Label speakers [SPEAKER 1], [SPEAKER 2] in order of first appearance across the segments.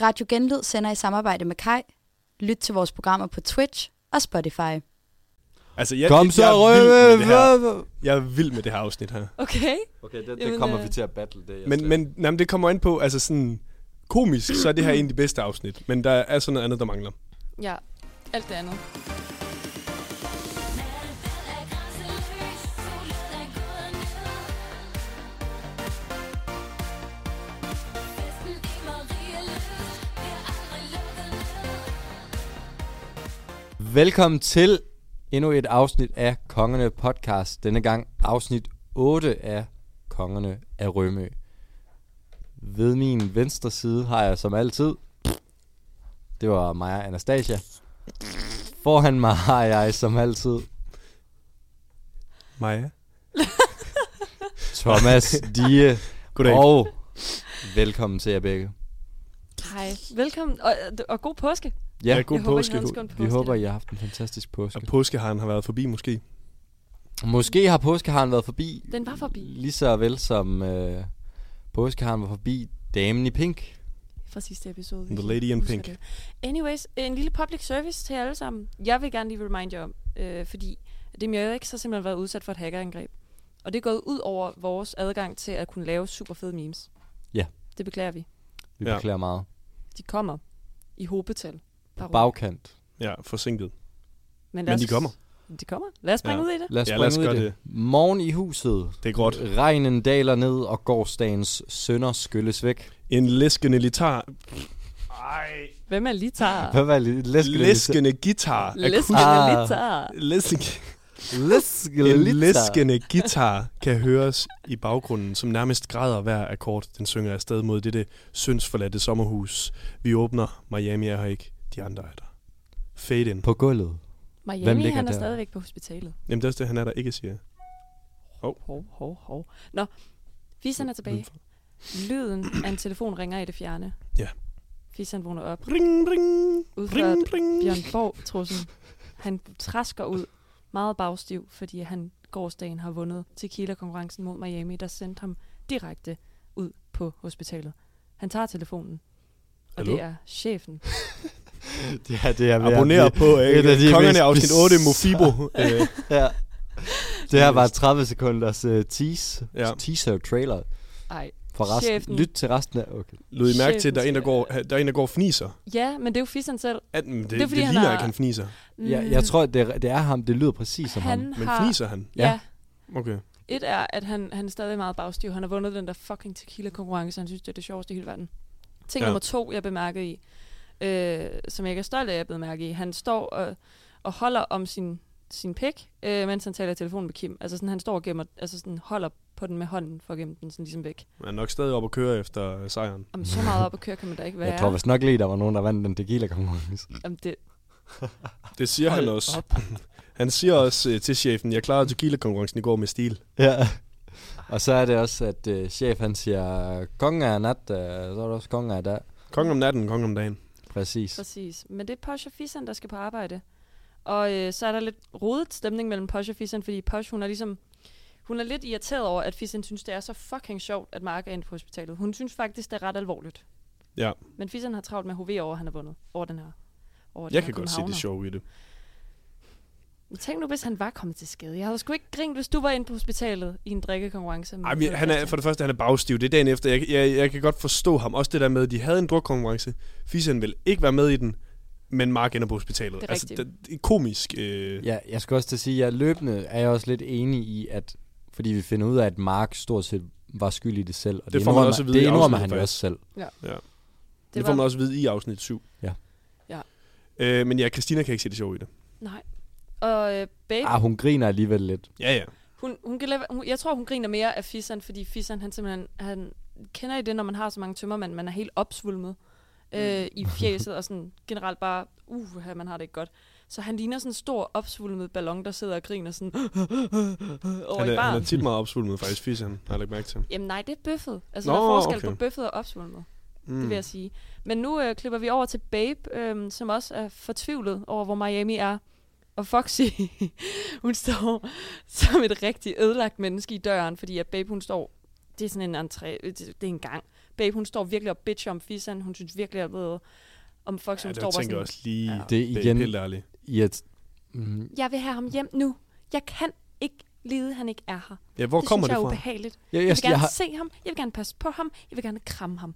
[SPEAKER 1] Radio Genlyd sender i samarbejde med Kai. Lyt til vores programmer på Twitch og Spotify.
[SPEAKER 2] Altså, jeg,
[SPEAKER 3] Kom så,
[SPEAKER 2] jeg, jeg, er vild med det her.
[SPEAKER 3] røve!
[SPEAKER 2] jeg er vild med det her afsnit her.
[SPEAKER 4] Okay.
[SPEAKER 5] Okay, det,
[SPEAKER 4] Jamen,
[SPEAKER 5] det kommer
[SPEAKER 4] øh,
[SPEAKER 5] vi til at battle det. er jeg
[SPEAKER 2] Men,
[SPEAKER 5] slet-
[SPEAKER 2] men nej, men det kommer an på, altså sådan komisk, så er det her en af de bedste afsnit. Men der er sådan noget andet, der mangler.
[SPEAKER 4] Ja, alt det andet.
[SPEAKER 3] Velkommen til endnu et afsnit af Kongerne Podcast. Denne gang afsnit 8 af Kongerne af Rømø. Ved min venstre side har jeg som altid... Det var mig, Anastasia. Foran mig har jeg som altid
[SPEAKER 2] Maja.
[SPEAKER 3] Thomas Die.
[SPEAKER 2] Goddag.
[SPEAKER 3] Og velkommen til jer begge.
[SPEAKER 4] Hej. Velkommen, og, og god påske.
[SPEAKER 3] Ja,
[SPEAKER 2] Ja, god
[SPEAKER 4] jeg
[SPEAKER 2] påske.
[SPEAKER 4] Håber, I havde en skøn
[SPEAKER 3] vi
[SPEAKER 4] påske.
[SPEAKER 3] håber, I har haft en fantastisk
[SPEAKER 2] Og
[SPEAKER 3] påske.
[SPEAKER 2] påskeharen har været forbi måske.
[SPEAKER 3] Måske har påskeharen været forbi.
[SPEAKER 4] Den var forbi.
[SPEAKER 3] Lige så vel som øh, påskeharen var forbi damen i pink.
[SPEAKER 4] Fra sidste episode.
[SPEAKER 2] The
[SPEAKER 4] hvis I
[SPEAKER 2] Lady in
[SPEAKER 4] husker
[SPEAKER 2] Pink.
[SPEAKER 4] det. Anyways, en lille public service til jer alle sammen. Jeg vil gerne lige remind jer om, øh, fordi det har ikke så simpelthen været udsat for et hackerangreb. Og det er gået ud over vores adgang til at kunne lave super fede memes.
[SPEAKER 3] Ja.
[SPEAKER 4] Det beklager vi.
[SPEAKER 3] Vi
[SPEAKER 2] Ja.
[SPEAKER 3] ja. beklager meget.
[SPEAKER 4] De kommer i hobetal.
[SPEAKER 3] På bagkant.
[SPEAKER 2] Ja, forsinket.
[SPEAKER 4] Men,
[SPEAKER 2] Men de kommer.
[SPEAKER 4] De kommer. Lad os springe
[SPEAKER 2] Ja.
[SPEAKER 4] ja. ud i det.
[SPEAKER 3] Lad os
[SPEAKER 2] Ja,
[SPEAKER 3] ja,
[SPEAKER 2] lad os
[SPEAKER 3] springe ud i
[SPEAKER 2] gøre
[SPEAKER 3] det. Morgen i huset.
[SPEAKER 2] Det er godt.
[SPEAKER 3] Øh. Regnen daler ned, og gårdsdagens sønder skylles væk.
[SPEAKER 2] En læskende litar.
[SPEAKER 4] Hvem er Litar?
[SPEAKER 3] Hvad var det? Læskende
[SPEAKER 2] Læskende guitar.
[SPEAKER 4] Læsken
[SPEAKER 3] Ah.
[SPEAKER 4] er Litar.
[SPEAKER 2] Læskende.
[SPEAKER 3] Læskende
[SPEAKER 2] En
[SPEAKER 3] liter.
[SPEAKER 2] læskende guitar kan høres i baggrunden, som nærmest græder hver akkord. Den synger afsted mod dette syndsforladte sommerhus. Vi åbner. Miami er her ikke. De andre er der. Fade in.
[SPEAKER 3] På gulvet. Hvem
[SPEAKER 4] Miami,
[SPEAKER 3] ligger
[SPEAKER 4] han er
[SPEAKER 3] der?
[SPEAKER 4] stadigvæk på hospitalet.
[SPEAKER 2] Jamen, det er også det, han er der ikke siger.
[SPEAKER 4] Hov, hov, hov. Nå, Fisan er tilbage. Lyden af en telefon ringer i det fjerne.
[SPEAKER 2] Ja.
[SPEAKER 4] Fisan vågner op.
[SPEAKER 2] Ring, ring,
[SPEAKER 4] Udført
[SPEAKER 2] ring, ring.
[SPEAKER 4] Bjørn Borg trussen. Han træsker ud meget bagstiv, fordi han gårsdagen har vundet tequila-konkurrencen mod Miami, der sendte ham direkte ud på hospitalet. Han tager telefonen, og
[SPEAKER 2] Hallo?
[SPEAKER 4] det er chefen.
[SPEAKER 3] Ja, det er ved at
[SPEAKER 2] Abonner
[SPEAKER 3] blive-
[SPEAKER 2] på
[SPEAKER 3] et af de
[SPEAKER 2] øh, Kongerne
[SPEAKER 3] mest
[SPEAKER 2] afsnit 8 Mofibo. Øh,
[SPEAKER 3] Ja. Det her var 30 sekunders uh, tease.
[SPEAKER 2] Ja.
[SPEAKER 3] Ja. Teaser trailer.
[SPEAKER 4] Ej.
[SPEAKER 3] For resten.
[SPEAKER 4] Chefen.
[SPEAKER 3] Lyt til resten af... Okay.
[SPEAKER 2] Lød I mærke til, at der er en, der
[SPEAKER 4] Chefen
[SPEAKER 2] går, der er en, der går og fniser?
[SPEAKER 4] Ja, men det er jo Fisan selv.
[SPEAKER 2] At, men det,
[SPEAKER 4] Det er,
[SPEAKER 2] det,
[SPEAKER 4] fordi
[SPEAKER 2] det
[SPEAKER 4] han
[SPEAKER 2] ligner
[SPEAKER 4] har-
[SPEAKER 2] ikke, han fniser.
[SPEAKER 3] Ja, jeg tror, det er, det er ham. Det lyder præcis som ham.
[SPEAKER 4] Mm. han
[SPEAKER 2] Men
[SPEAKER 4] har...
[SPEAKER 2] fniser han?
[SPEAKER 4] Ja,
[SPEAKER 3] Ja.
[SPEAKER 2] Okay.
[SPEAKER 4] Et er, at han, han er stadig meget bagstiv. Han har vundet den der fucking tequila-konkurrence, og han synes, det er det sjoveste i hele verden. Ting
[SPEAKER 2] Ja.
[SPEAKER 4] ja. nummer to, jeg bemærkede i, øh, som jeg ikke er stolt af, jeg bemærkede i, han står og, og holder om sin, sin pik, øh, mens han taler i telefonen med Kim. Altså sådan, han står og gemmer, altså sådan, holder på den med hånden for at gemme den sådan ligesom væk.
[SPEAKER 2] Han er nok stadig op og køre efter øh, sejren.
[SPEAKER 4] Om så meget op og køre kan man da ikke være.
[SPEAKER 3] Jeg tror vist nok lige, der var nogen, der vandt den tequila-konkurrence.
[SPEAKER 4] Om det,
[SPEAKER 2] Det siger han også. Han siger også øh, til chefen, jeg klarede tequila-konkurrencen i går med stil.
[SPEAKER 3] Ja. Og så er det også, at øh, chef han siger, konge er nat, øh, så er det også konge er dag.
[SPEAKER 2] Kong om natten, kong om dagen.
[SPEAKER 3] Præcis.
[SPEAKER 4] Præcis. Men det er Posh og Fisan, der skal på arbejde. Og øh, så er der lidt rodet stemning mellem Posh og Fisan, fordi Posh, hun er ligesom... Hun er lidt irriteret over, at Fisan synes, det er så fucking sjovt, at Mark er inde på hospitalet. Hun synes faktisk, det er ret alvorligt.
[SPEAKER 2] Ja,
[SPEAKER 4] Men Fisan har travlt med HV over, at han har vundet over den her. Over den
[SPEAKER 2] jeg
[SPEAKER 4] her
[SPEAKER 2] kan godt se det
[SPEAKER 4] københavner.
[SPEAKER 2] sjove i det.
[SPEAKER 4] Men Tænk nu, hvis han var kommet til skade. Jeg havde sgu ikke grint, hvis du var inde på hospitalet i en drikkekonkurrence. med
[SPEAKER 2] Ej, men han er,
[SPEAKER 4] Christian.
[SPEAKER 2] for det første, han er bagstiv. Det er dagen efter. Jeg, jeg, jeg kan godt forstå ham. Også det der med, at de havde en drukkonkurrence. Fisen vil ikke være med i den, men Mark ender på hospitalet. Altså,
[SPEAKER 4] Det er rigtigt.
[SPEAKER 2] det, det er komisk. Øh,
[SPEAKER 3] Ja, jeg skulle også til at sige, at løbende er jeg også lidt enig i, at fordi vi finder ud af, at Mark stort set var skyld i det selv. Og
[SPEAKER 2] Det får man
[SPEAKER 3] indrømmer-
[SPEAKER 2] også at vide
[SPEAKER 3] Det
[SPEAKER 2] i
[SPEAKER 3] indrømmer
[SPEAKER 2] afsnittet,
[SPEAKER 3] han jo
[SPEAKER 2] faktisk.
[SPEAKER 3] også selv.
[SPEAKER 2] det,
[SPEAKER 4] det
[SPEAKER 2] det
[SPEAKER 4] var,
[SPEAKER 2] får man også at vide i afsnit 7.
[SPEAKER 3] Ja.
[SPEAKER 4] Ja.
[SPEAKER 2] Øh, men ja, Christina kan ikke se det sjove i det.
[SPEAKER 4] Nej. Og øh, baby,
[SPEAKER 3] Ah, hun griner alligevel lidt.
[SPEAKER 2] Ja, ja.
[SPEAKER 4] Hun, hun kan lave, hun, jeg tror, hun griner mere af fisseren, fordi fisseren, han simpelthen, han kender i det, når man har så mange tømmermænd, man er helt opsvulmet øh, i
[SPEAKER 2] Mm.
[SPEAKER 4] fjeset, og sådan generelt bare, uh, man har det ikke godt. Så han ligner sådan en stor, opsvulmet ballon, der sidder og griner sådan over
[SPEAKER 2] Han
[SPEAKER 4] i
[SPEAKER 2] er, han
[SPEAKER 4] baren.
[SPEAKER 2] er tit meget opsvulmet, faktisk, Fisen. Har jeg lagt mærke til.
[SPEAKER 4] Jamen nej, det er bøffet. Altså,
[SPEAKER 2] Nå,
[SPEAKER 4] der er forskel
[SPEAKER 2] okay.
[SPEAKER 4] på bøffet og opsvulmet, mm.
[SPEAKER 2] Mm.
[SPEAKER 4] det vil jeg sige. Men nu øh, klipper vi over til Babe, øh, som også er fortvivlet over, hvor Miami er. Og Foxy, hun står som et rigtig ødelagt menneske i døren, fordi at Babe, hun står... Det er sådan en entré, øh, det det er en gang. babe, hun står virkelig og bitcher om Fisan. Hun synes virkelig, at ved, om folk,
[SPEAKER 2] Ja,
[SPEAKER 4] som
[SPEAKER 2] det
[SPEAKER 4] står bare
[SPEAKER 2] tænker
[SPEAKER 4] sådan,
[SPEAKER 2] jeg også lige.
[SPEAKER 3] Det er
[SPEAKER 2] Det er
[SPEAKER 3] igen-
[SPEAKER 2] helt ærligt.
[SPEAKER 3] Irrit- mm,
[SPEAKER 4] jeg vil have ham hjem nu. Jeg kan ikke lide, han ikke er her.
[SPEAKER 2] Ja, hvor
[SPEAKER 4] det
[SPEAKER 2] kommer
[SPEAKER 4] synes jeg
[SPEAKER 2] det fra?
[SPEAKER 4] er ubehageligt.
[SPEAKER 3] jeg,
[SPEAKER 4] Jeg,
[SPEAKER 3] jeg,
[SPEAKER 4] vil
[SPEAKER 3] jeg
[SPEAKER 4] gerne
[SPEAKER 3] har,
[SPEAKER 4] se ham. Jeg vil gerne passe på ham. Jeg vil gerne kramme ham.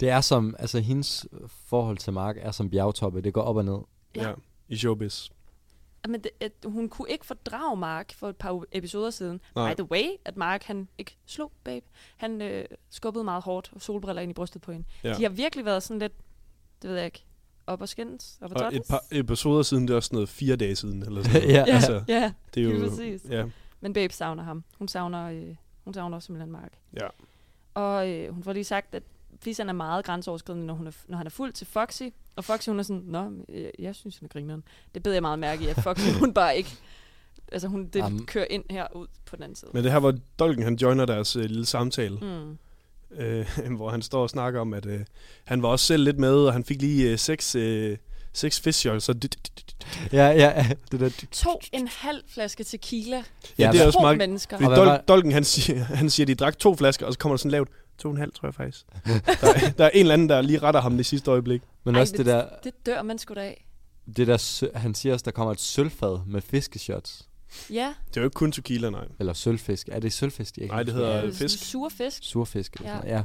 [SPEAKER 3] det er som, altså hendes forhold til Mark er som bjergtoppe. Det går op og ned.
[SPEAKER 4] Ja.
[SPEAKER 2] Ja. I showbiz.
[SPEAKER 4] Men det, at hun kunne ikke fordrage Mark for et par u- episoder siden.
[SPEAKER 2] Nej.
[SPEAKER 4] Nej. By the way, at Mark han ikke slog, babe. Han øh, skubbede meget hårdt og solbriller ind i brystet på hende.
[SPEAKER 2] Ja.
[SPEAKER 4] Ja. De har virkelig været sådan lidt, det ved jeg ikke, op og skændes. Op og,
[SPEAKER 2] Og et par episoder siden, det er også sådan noget fire dage siden, eller sådan noget.
[SPEAKER 3] ja.
[SPEAKER 4] Ja,
[SPEAKER 2] altså,
[SPEAKER 4] altså, ja,
[SPEAKER 2] Det er
[SPEAKER 4] Lige
[SPEAKER 2] jo,
[SPEAKER 4] præcis.
[SPEAKER 2] ja,
[SPEAKER 4] men babe savner ham. Hun savner, øh, hun savner simpelthen Mark.
[SPEAKER 2] ja.
[SPEAKER 4] Og øh, hun får lige sagt, at Fisan er meget grænseoverskridende, når, hun er, når han er fuld til Foxy. Og Foxy, hun er sådan, nå, men, øh, jeg synes, han er grineren. Det beder jeg meget mærke i, at Foxy, hun bare ikke... Altså, hun det
[SPEAKER 3] Jamen.
[SPEAKER 4] kører ind her ud på den anden side.
[SPEAKER 2] Men det her, hvor Dolken han joiner deres øh, lille samtale,
[SPEAKER 4] Mm.
[SPEAKER 2] mm. øh, hvor han står og snakker om, at øh, han var også selv lidt med, og han fik lige øh, seks, øh, seks fishjolds. Så det, det, det,
[SPEAKER 3] Ja, ja, ja. Det der.
[SPEAKER 4] To en halv flaske tequila.
[SPEAKER 2] ja,
[SPEAKER 3] Ja,
[SPEAKER 2] det er
[SPEAKER 4] to
[SPEAKER 2] også meget...
[SPEAKER 4] mennesker.
[SPEAKER 2] Fordi
[SPEAKER 3] Og hvad var-
[SPEAKER 2] Dol- Dolken, han siger, han siger, at de drak to flasker, og så kommer der sådan lavt, to og en halv, tror jeg faktisk. der, der er en eller anden, der lige retter ham det sidste øjeblik.
[SPEAKER 3] Men
[SPEAKER 4] Ej,
[SPEAKER 3] også det
[SPEAKER 4] men-
[SPEAKER 3] der,
[SPEAKER 4] Det dør man sgu da af.
[SPEAKER 3] det der, sø- han siger også, der kommer et sølvfad med fiskeshots.
[SPEAKER 4] Ja,
[SPEAKER 2] Det er jo ikke kun tequila, nej.
[SPEAKER 3] Eller sølvfisk. Er det sølvfisk? Jeg kan
[SPEAKER 2] Nej, det
[SPEAKER 3] ikke
[SPEAKER 2] hedder-
[SPEAKER 3] huske,
[SPEAKER 4] ja
[SPEAKER 3] hvad
[SPEAKER 2] øh,
[SPEAKER 4] sådan
[SPEAKER 2] fisk.
[SPEAKER 4] sure fisk.
[SPEAKER 3] Surfisk.
[SPEAKER 4] Ja.
[SPEAKER 3] Ja. ja.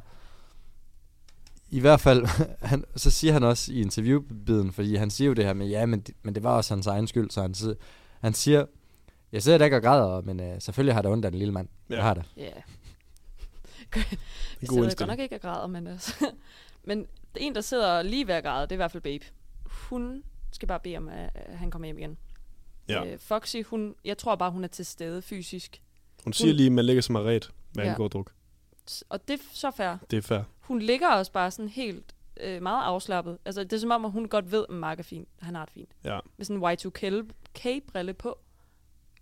[SPEAKER 3] I hvert fald, han, så siger han også i interviewbiden, fordi han siger jo det her med, ja, men det, men det var også hans egen skyld, så han, si- han siger, jeg sidder der ikke og græder, men øh, selvfølgelig har det ondt af den lille mand.
[SPEAKER 2] Ja.
[SPEAKER 3] Ja. Jeg har det.
[SPEAKER 4] Ja.
[SPEAKER 2] En
[SPEAKER 4] Jeg
[SPEAKER 2] god
[SPEAKER 4] sidder godt
[SPEAKER 2] indstilling.
[SPEAKER 4] nok ikke og græder, men, altså, men en, der sidder lige ved at græde, det er i hvert fald Babe. Hun skal bare bede om, at at han kommer hjem igen.
[SPEAKER 2] Ja.
[SPEAKER 4] Øh, Foxy, hun, jeg tror bare, hun er til stede fysisk.
[SPEAKER 2] Hun siger lige, at man lægger sig marret, hvad
[SPEAKER 4] Ja.
[SPEAKER 2] angår druk.
[SPEAKER 4] S- Og det er så fair.
[SPEAKER 2] Det er fair.
[SPEAKER 4] Hun ligger også bare sådan helt øh, meget afslappet. Altså, det er som om, at hun godt ved, at Mark er fint. Han har det fint.
[SPEAKER 2] Ja,
[SPEAKER 4] Med sådan en Y2K-brille på.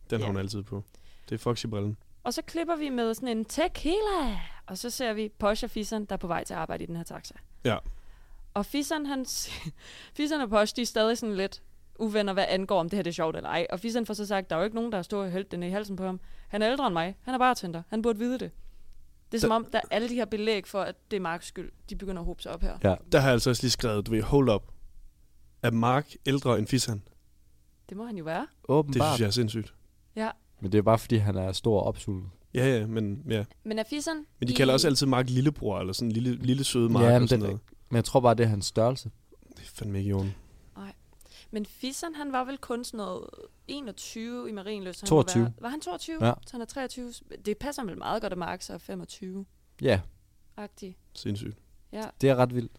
[SPEAKER 2] den har
[SPEAKER 4] Ja.
[SPEAKER 2] hun altid på. Det er Foxy-brillen.
[SPEAKER 4] Og så klipper vi med sådan en tequila, og så ser vi Posh og Fisseren, der er på vej til at arbejde i den her taxa.
[SPEAKER 2] Ja.
[SPEAKER 4] Og Fisseren, han, s- Fisseren og Posh, de er stadig sådan lidt uvenner, hvad angår, om det her det er sjovt eller ej. Og Fisseren får så sagt, der er jo ikke nogen, der har stået og hældt den i halsen på ham. Han er ældre end mig. Han er bartender. Han burde vide det. Det er som om, der er alle de her belæg for, at det er Marks skyld. De begynder at hobe sig op her.
[SPEAKER 3] Ja.
[SPEAKER 2] Der har jeg altså også lige skrevet, du ved, hold up. Er Mark ældre end Fisan? Det
[SPEAKER 4] Det må han jo være.
[SPEAKER 3] Åbenbart.
[SPEAKER 2] synes jeg er sindssygt.
[SPEAKER 4] Ja.
[SPEAKER 3] Men det er bare, fordi han er stor og opsultet.
[SPEAKER 2] Ja, ja, men ja.
[SPEAKER 4] Men er Fisseren...
[SPEAKER 2] Men de
[SPEAKER 4] i-
[SPEAKER 2] kalder også altid Mark lillebror, eller sådan lille, lille søde Mark
[SPEAKER 3] Ja,
[SPEAKER 2] ja,
[SPEAKER 3] men
[SPEAKER 2] og sådan
[SPEAKER 3] den-
[SPEAKER 2] noget.
[SPEAKER 3] Men jeg tror bare, det er hans størrelse.
[SPEAKER 2] Det er fandme ikke i orden.
[SPEAKER 4] Men Fisseren, han var vel kun sådan noget 21 i Marienløs. så han
[SPEAKER 3] 22.
[SPEAKER 4] må Være, var han 22?
[SPEAKER 3] Ja.
[SPEAKER 4] Så han er 23. Det passer vel meget godt, at Mark så er 25-agtig.
[SPEAKER 3] Ja,
[SPEAKER 2] Sindssygt.
[SPEAKER 4] Ja,
[SPEAKER 3] det er ret vildt.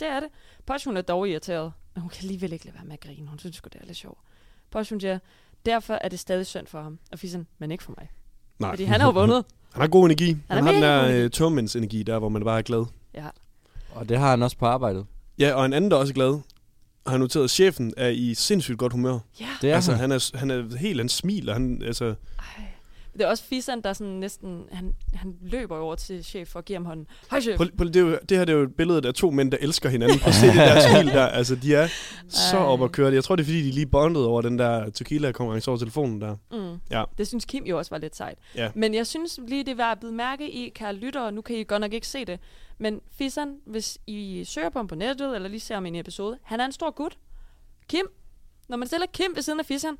[SPEAKER 4] det er det. Posh, hun er dog irriteret, men hun kan alligevel ikke lade være med at grine. Hun synes sgu, det er lidt sjovt. Posh, hun siger, derfor er det stadig synd for ham. Og Fisseren, men ikke for mig.
[SPEAKER 2] Nej.
[SPEAKER 4] Fordi han har jo vundet.
[SPEAKER 2] Han har god energi. Han, har den
[SPEAKER 4] mega god
[SPEAKER 2] der
[SPEAKER 4] energi.
[SPEAKER 2] øh, tømmermændsenergi der, hvor man bare er glad.
[SPEAKER 4] Ja.
[SPEAKER 3] Og det har han også på arbejdet.
[SPEAKER 2] Ja, og en anden, der også er glad, har noteret, at chefen er i sindssygt godt humør.
[SPEAKER 4] ja.
[SPEAKER 3] Det er
[SPEAKER 2] altså,
[SPEAKER 3] han.
[SPEAKER 2] han er, han er helt, han smiler. Han, altså,
[SPEAKER 4] Ej. Det er også Fisseren, der sådan næsten... Han, han løber jo over til chef for at give ham hånden. Hej, chef.
[SPEAKER 2] prøv, prøv, det, er jo, det her det er jo et billede af to mænd, der elsker hinanden. Prøv at se det der smil der. Altså, de er så
[SPEAKER 4] Ej.
[SPEAKER 2] op at køre. Jeg tror, det er, fordi de lige bondede over den der tequila-konkurrence over telefonen der.
[SPEAKER 4] Mm.
[SPEAKER 2] Ja.
[SPEAKER 4] Det synes Kim jo også var lidt sejt.
[SPEAKER 2] Ja.
[SPEAKER 4] Men jeg synes lige, det er værd at bide mærke i, kære lyttere, nu kan I godt nok ikke se det, men Fisan, hvis I søger på ham på nettet, eller lige ser ham i en episode, han er en stor gut. Kim, når man stiller Kim ved siden af Fisan,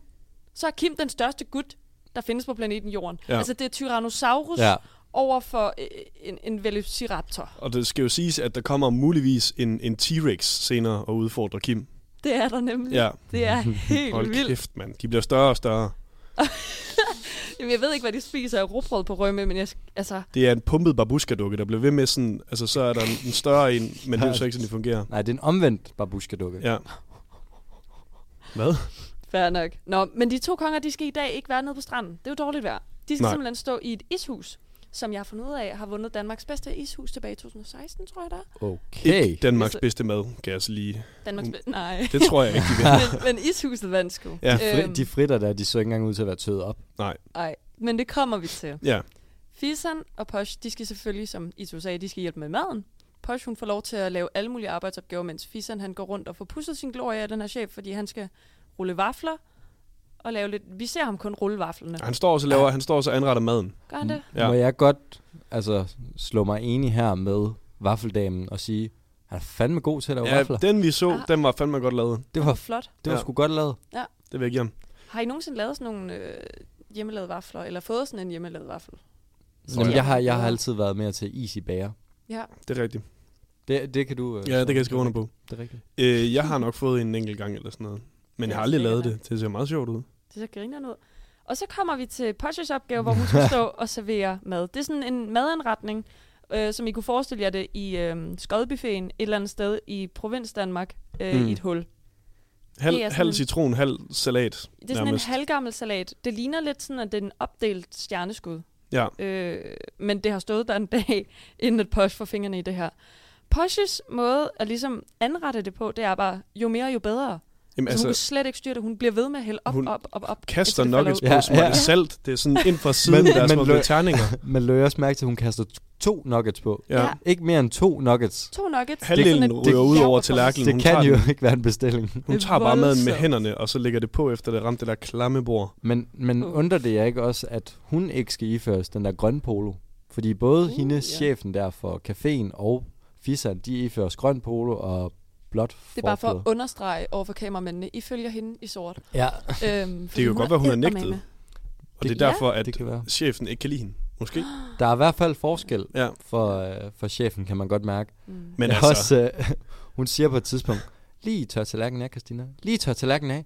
[SPEAKER 4] så er Kim den største gut, der findes på planeten Jorden.
[SPEAKER 2] Ja.
[SPEAKER 4] Altså det er Tyrannosaurus
[SPEAKER 3] Ja.
[SPEAKER 4] ja. over for øh, en, en velociraptor.
[SPEAKER 2] Og det skal jo siges, at der kommer muligvis en, en T-Rex senere og udfordrer Kim.
[SPEAKER 4] Det er der nemlig.
[SPEAKER 2] Ja,
[SPEAKER 4] Det er Mm. helt
[SPEAKER 2] hold
[SPEAKER 4] vildt.
[SPEAKER 2] kæft, mand. De bliver større og større.
[SPEAKER 4] Jamen, jeg ved ikke, hvad de spiser af råbrød på rømme, men jeg, sk- altså,
[SPEAKER 2] Det er en pumpet babuska-dukke, der bliver ved med sådan... Altså, så er der en, en større en, men det er jo så ikke sådan, det fungerer.
[SPEAKER 3] Nej, det er en omvendt babuska-dukke.
[SPEAKER 2] Ja. Hvad?
[SPEAKER 4] Fair nok. Nå, men de to konger, de skal i dag ikke være nede på stranden. Det er jo dårligt vejr. De skal
[SPEAKER 2] Nej.
[SPEAKER 4] Nej. simpelthen stå i et ishus, som jeg har fundet ud af har vundet Danmarks bedste ishus tilbage i 2016, tror jeg der.
[SPEAKER 3] Okay.
[SPEAKER 2] Ikke Danmarks
[SPEAKER 4] Altså-
[SPEAKER 2] bedste mad, kan jeg så lige...
[SPEAKER 4] Danmarks
[SPEAKER 2] Mm.
[SPEAKER 4] bedste... Nej.
[SPEAKER 2] Det tror jeg ikke, de vil.
[SPEAKER 4] men, men ishuset vandt sgu. Øhm,
[SPEAKER 2] Ja.
[SPEAKER 3] De, fri, de fritter der, de så ikke engang ud til at være tøet op.
[SPEAKER 4] Ej, men det kommer vi til.
[SPEAKER 2] Ja,
[SPEAKER 4] Fisan og Posh, de skal selvfølgelig, som Ito sagde, de skal hjælpe med maden. Posh, hun får lov til at lave alle mulige arbejdsopgaver, mens Fisan, han går rundt og får pusset sin glorie af den her chef, fordi han skal rulle vafler og lave lidt... Vi ser ham kun rulle vaflerne.
[SPEAKER 2] han står også og laver... Han står også og anretter maden.
[SPEAKER 4] Gør han det?
[SPEAKER 2] Ja.
[SPEAKER 3] Ja. Må jeg godt altså, slå mig enig her med, vaffeldamen og sige, han er fandme god til at lave ja,
[SPEAKER 2] Ja,
[SPEAKER 3] vafler. Det,
[SPEAKER 2] den vi så,
[SPEAKER 4] Ah.
[SPEAKER 2] den var fandme godt lavet.
[SPEAKER 3] det var,
[SPEAKER 4] Flot.
[SPEAKER 3] det var
[SPEAKER 2] Ja.
[SPEAKER 3] sgu godt lavet.
[SPEAKER 2] Det vil jeg give ham.
[SPEAKER 4] Har I nogensinde lavet sådan nogle øh, hjemmelavede vafler, eller fået sådan en hjemmelavet vafle?
[SPEAKER 2] Så
[SPEAKER 3] Jamen,
[SPEAKER 2] ja.
[SPEAKER 3] jeg, har, jeg har altid været mere til is i bager.
[SPEAKER 4] Ja.
[SPEAKER 2] Det er rigtigt.
[SPEAKER 3] Det, det kan du... øh,
[SPEAKER 2] Ja, det
[SPEAKER 3] så-
[SPEAKER 2] kan jeg skrive under på.
[SPEAKER 3] Det er rigtigt.
[SPEAKER 2] Øh, jeg har nok fået en enkelt gang eller sådan noget. Men jeg har aldrig lavet det. Det ser meget sjovt ud.
[SPEAKER 4] Det ser grinerne ud. Og så kommer vi til Poshers opgave, hvor hun skal stå og servere mad. Det er sådan en madanretning, øh, som I kunne forestille jer det i øh, skodbuffeten et eller andet sted i provins Danmark øh,
[SPEAKER 2] Mm.
[SPEAKER 4] mm. i et hul.
[SPEAKER 2] Halv,
[SPEAKER 4] Det er sådan
[SPEAKER 2] halv
[SPEAKER 4] en-
[SPEAKER 2] citron, halv salat.
[SPEAKER 4] Det er sådan
[SPEAKER 2] nærmest.
[SPEAKER 4] en halvgammel salat. Det ligner lidt sådan, at det er en opdelt stjerneskud.
[SPEAKER 2] Ja,
[SPEAKER 4] Øh, men det har stået der en dag, inden at Posh får fingrene i det her. Poshes måde at ligesom anrette det på, det er bare, jo mere, jo bedre.
[SPEAKER 2] Jamen,
[SPEAKER 4] Altså, altså,
[SPEAKER 2] altså,
[SPEAKER 4] hun kan slet ikke styre det. Hun bliver ved med at hælde op,
[SPEAKER 2] Hun
[SPEAKER 4] op, op, op.
[SPEAKER 2] kaster
[SPEAKER 4] indtil det
[SPEAKER 2] nok
[SPEAKER 4] falder
[SPEAKER 2] et
[SPEAKER 4] ud.
[SPEAKER 2] små
[SPEAKER 3] Ja,
[SPEAKER 2] smørte
[SPEAKER 3] ja.
[SPEAKER 2] salt. Det er sådan ind fra siden, der er
[SPEAKER 3] men
[SPEAKER 2] små blevet
[SPEAKER 3] lø-
[SPEAKER 2] terninger.
[SPEAKER 3] Men lød jeg også mærke til, at hun kaster t- to nuggets på.
[SPEAKER 2] Ja.
[SPEAKER 4] Ja.
[SPEAKER 3] Ikke mere end to nuggets.
[SPEAKER 4] To nuggets.
[SPEAKER 2] Halvdelen
[SPEAKER 4] et-
[SPEAKER 2] ryger ud over
[SPEAKER 4] Ja,
[SPEAKER 2] tallerkenen.
[SPEAKER 3] Det
[SPEAKER 2] hun
[SPEAKER 3] kan
[SPEAKER 2] tager
[SPEAKER 3] jo
[SPEAKER 2] den-
[SPEAKER 3] ikke være en bestilling.
[SPEAKER 2] Hun
[SPEAKER 4] Det er
[SPEAKER 2] tager bare maden med
[SPEAKER 4] voldsomt.
[SPEAKER 2] hænderne, og så lægger det på, efter det ramte det der klamme bord.
[SPEAKER 3] Men, men
[SPEAKER 4] Uh.
[SPEAKER 3] undrer det jer ikke også, at hun ikke skal iføres den der grønne polo? Fordi både
[SPEAKER 4] Uh,
[SPEAKER 3] uh, hende,
[SPEAKER 4] ja.
[SPEAKER 3] chefen der for caféen og Fisan, de iføres grøn polo og blåt
[SPEAKER 4] Det er bare for at
[SPEAKER 3] forklæde.
[SPEAKER 4] understrege over for kameramændene, I følger hende i sort.
[SPEAKER 3] Ja,
[SPEAKER 4] Øhm,
[SPEAKER 2] Det kan jo godt være, hun er nægtet.
[SPEAKER 4] eddermame.
[SPEAKER 2] Og det,
[SPEAKER 3] Det-
[SPEAKER 2] er derfor, at
[SPEAKER 3] det kan være.
[SPEAKER 2] chefen ikke kan lide hende. Måske.
[SPEAKER 3] Der er i hvert fald forskel
[SPEAKER 2] Ja.
[SPEAKER 3] for, øh, for chefen, kan man godt mærke.
[SPEAKER 4] Mm.
[SPEAKER 2] Men
[SPEAKER 3] Men
[SPEAKER 2] altså,
[SPEAKER 3] også, øh, hun siger på et tidspunkt, lige tør tallerkenen af, Christina. Lige tør tallerkenen af.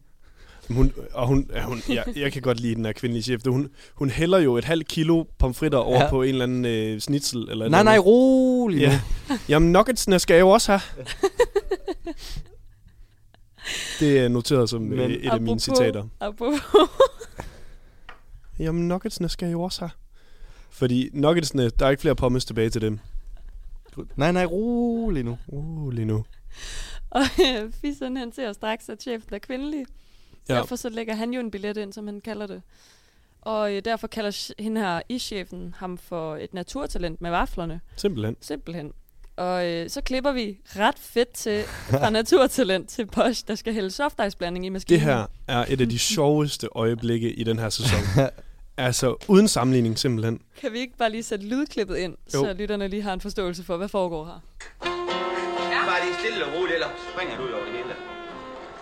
[SPEAKER 2] hun, og hun, ja, hun, jeg, jeg kan godt lide den her kvindelige chef. Det- Hun, hun hælder jo et halvt kilo pomfritter over
[SPEAKER 3] Ja.
[SPEAKER 2] på en eller anden øh, snitsel. Eller et
[SPEAKER 3] Nej,
[SPEAKER 2] eller
[SPEAKER 3] nej,
[SPEAKER 2] andet.
[SPEAKER 3] rolig
[SPEAKER 2] Ja.
[SPEAKER 3] ja.
[SPEAKER 2] Jamen, nuggetsene skal jeg jo også have. Det er noteret som Men,
[SPEAKER 3] Men-
[SPEAKER 2] et af mine
[SPEAKER 4] Apropos-
[SPEAKER 2] citater.
[SPEAKER 4] Apropos-
[SPEAKER 2] Jamen, nuggetsene skal jeg jo også have. Fordi nuggetsene, der er ikke flere pommes tilbage til dem.
[SPEAKER 3] Nej, nej, rolig nu.
[SPEAKER 2] Uh, lige nu.
[SPEAKER 4] Og øh, Fissen han ser straks, at chefen er kvindelig.
[SPEAKER 2] Ja.
[SPEAKER 4] Ja. Derfor så lægger han jo en billet ind, som han kalder det. Og øh, derfor kalder ch- hende her i-chefen ham for et naturtalent med vaflerne.
[SPEAKER 2] Simpelthen.
[SPEAKER 4] Simpelthen. Og øh, så klipper vi ret fedt til fra naturtalent til Bosch, der skal hælde softiceblanding i maskinen.
[SPEAKER 2] Det her er et af de sjoveste øjeblikke i den her sæson. altså, uden sammenligning simpelthen.
[SPEAKER 4] Kan vi ikke bare lige sætte lydklippet ind,
[SPEAKER 2] Jo.
[SPEAKER 4] jo. så lytterne lige har en forståelse for, hvad foregår her?
[SPEAKER 5] Ja. Bare lige stille og roligt, eller springer du ud over det hele.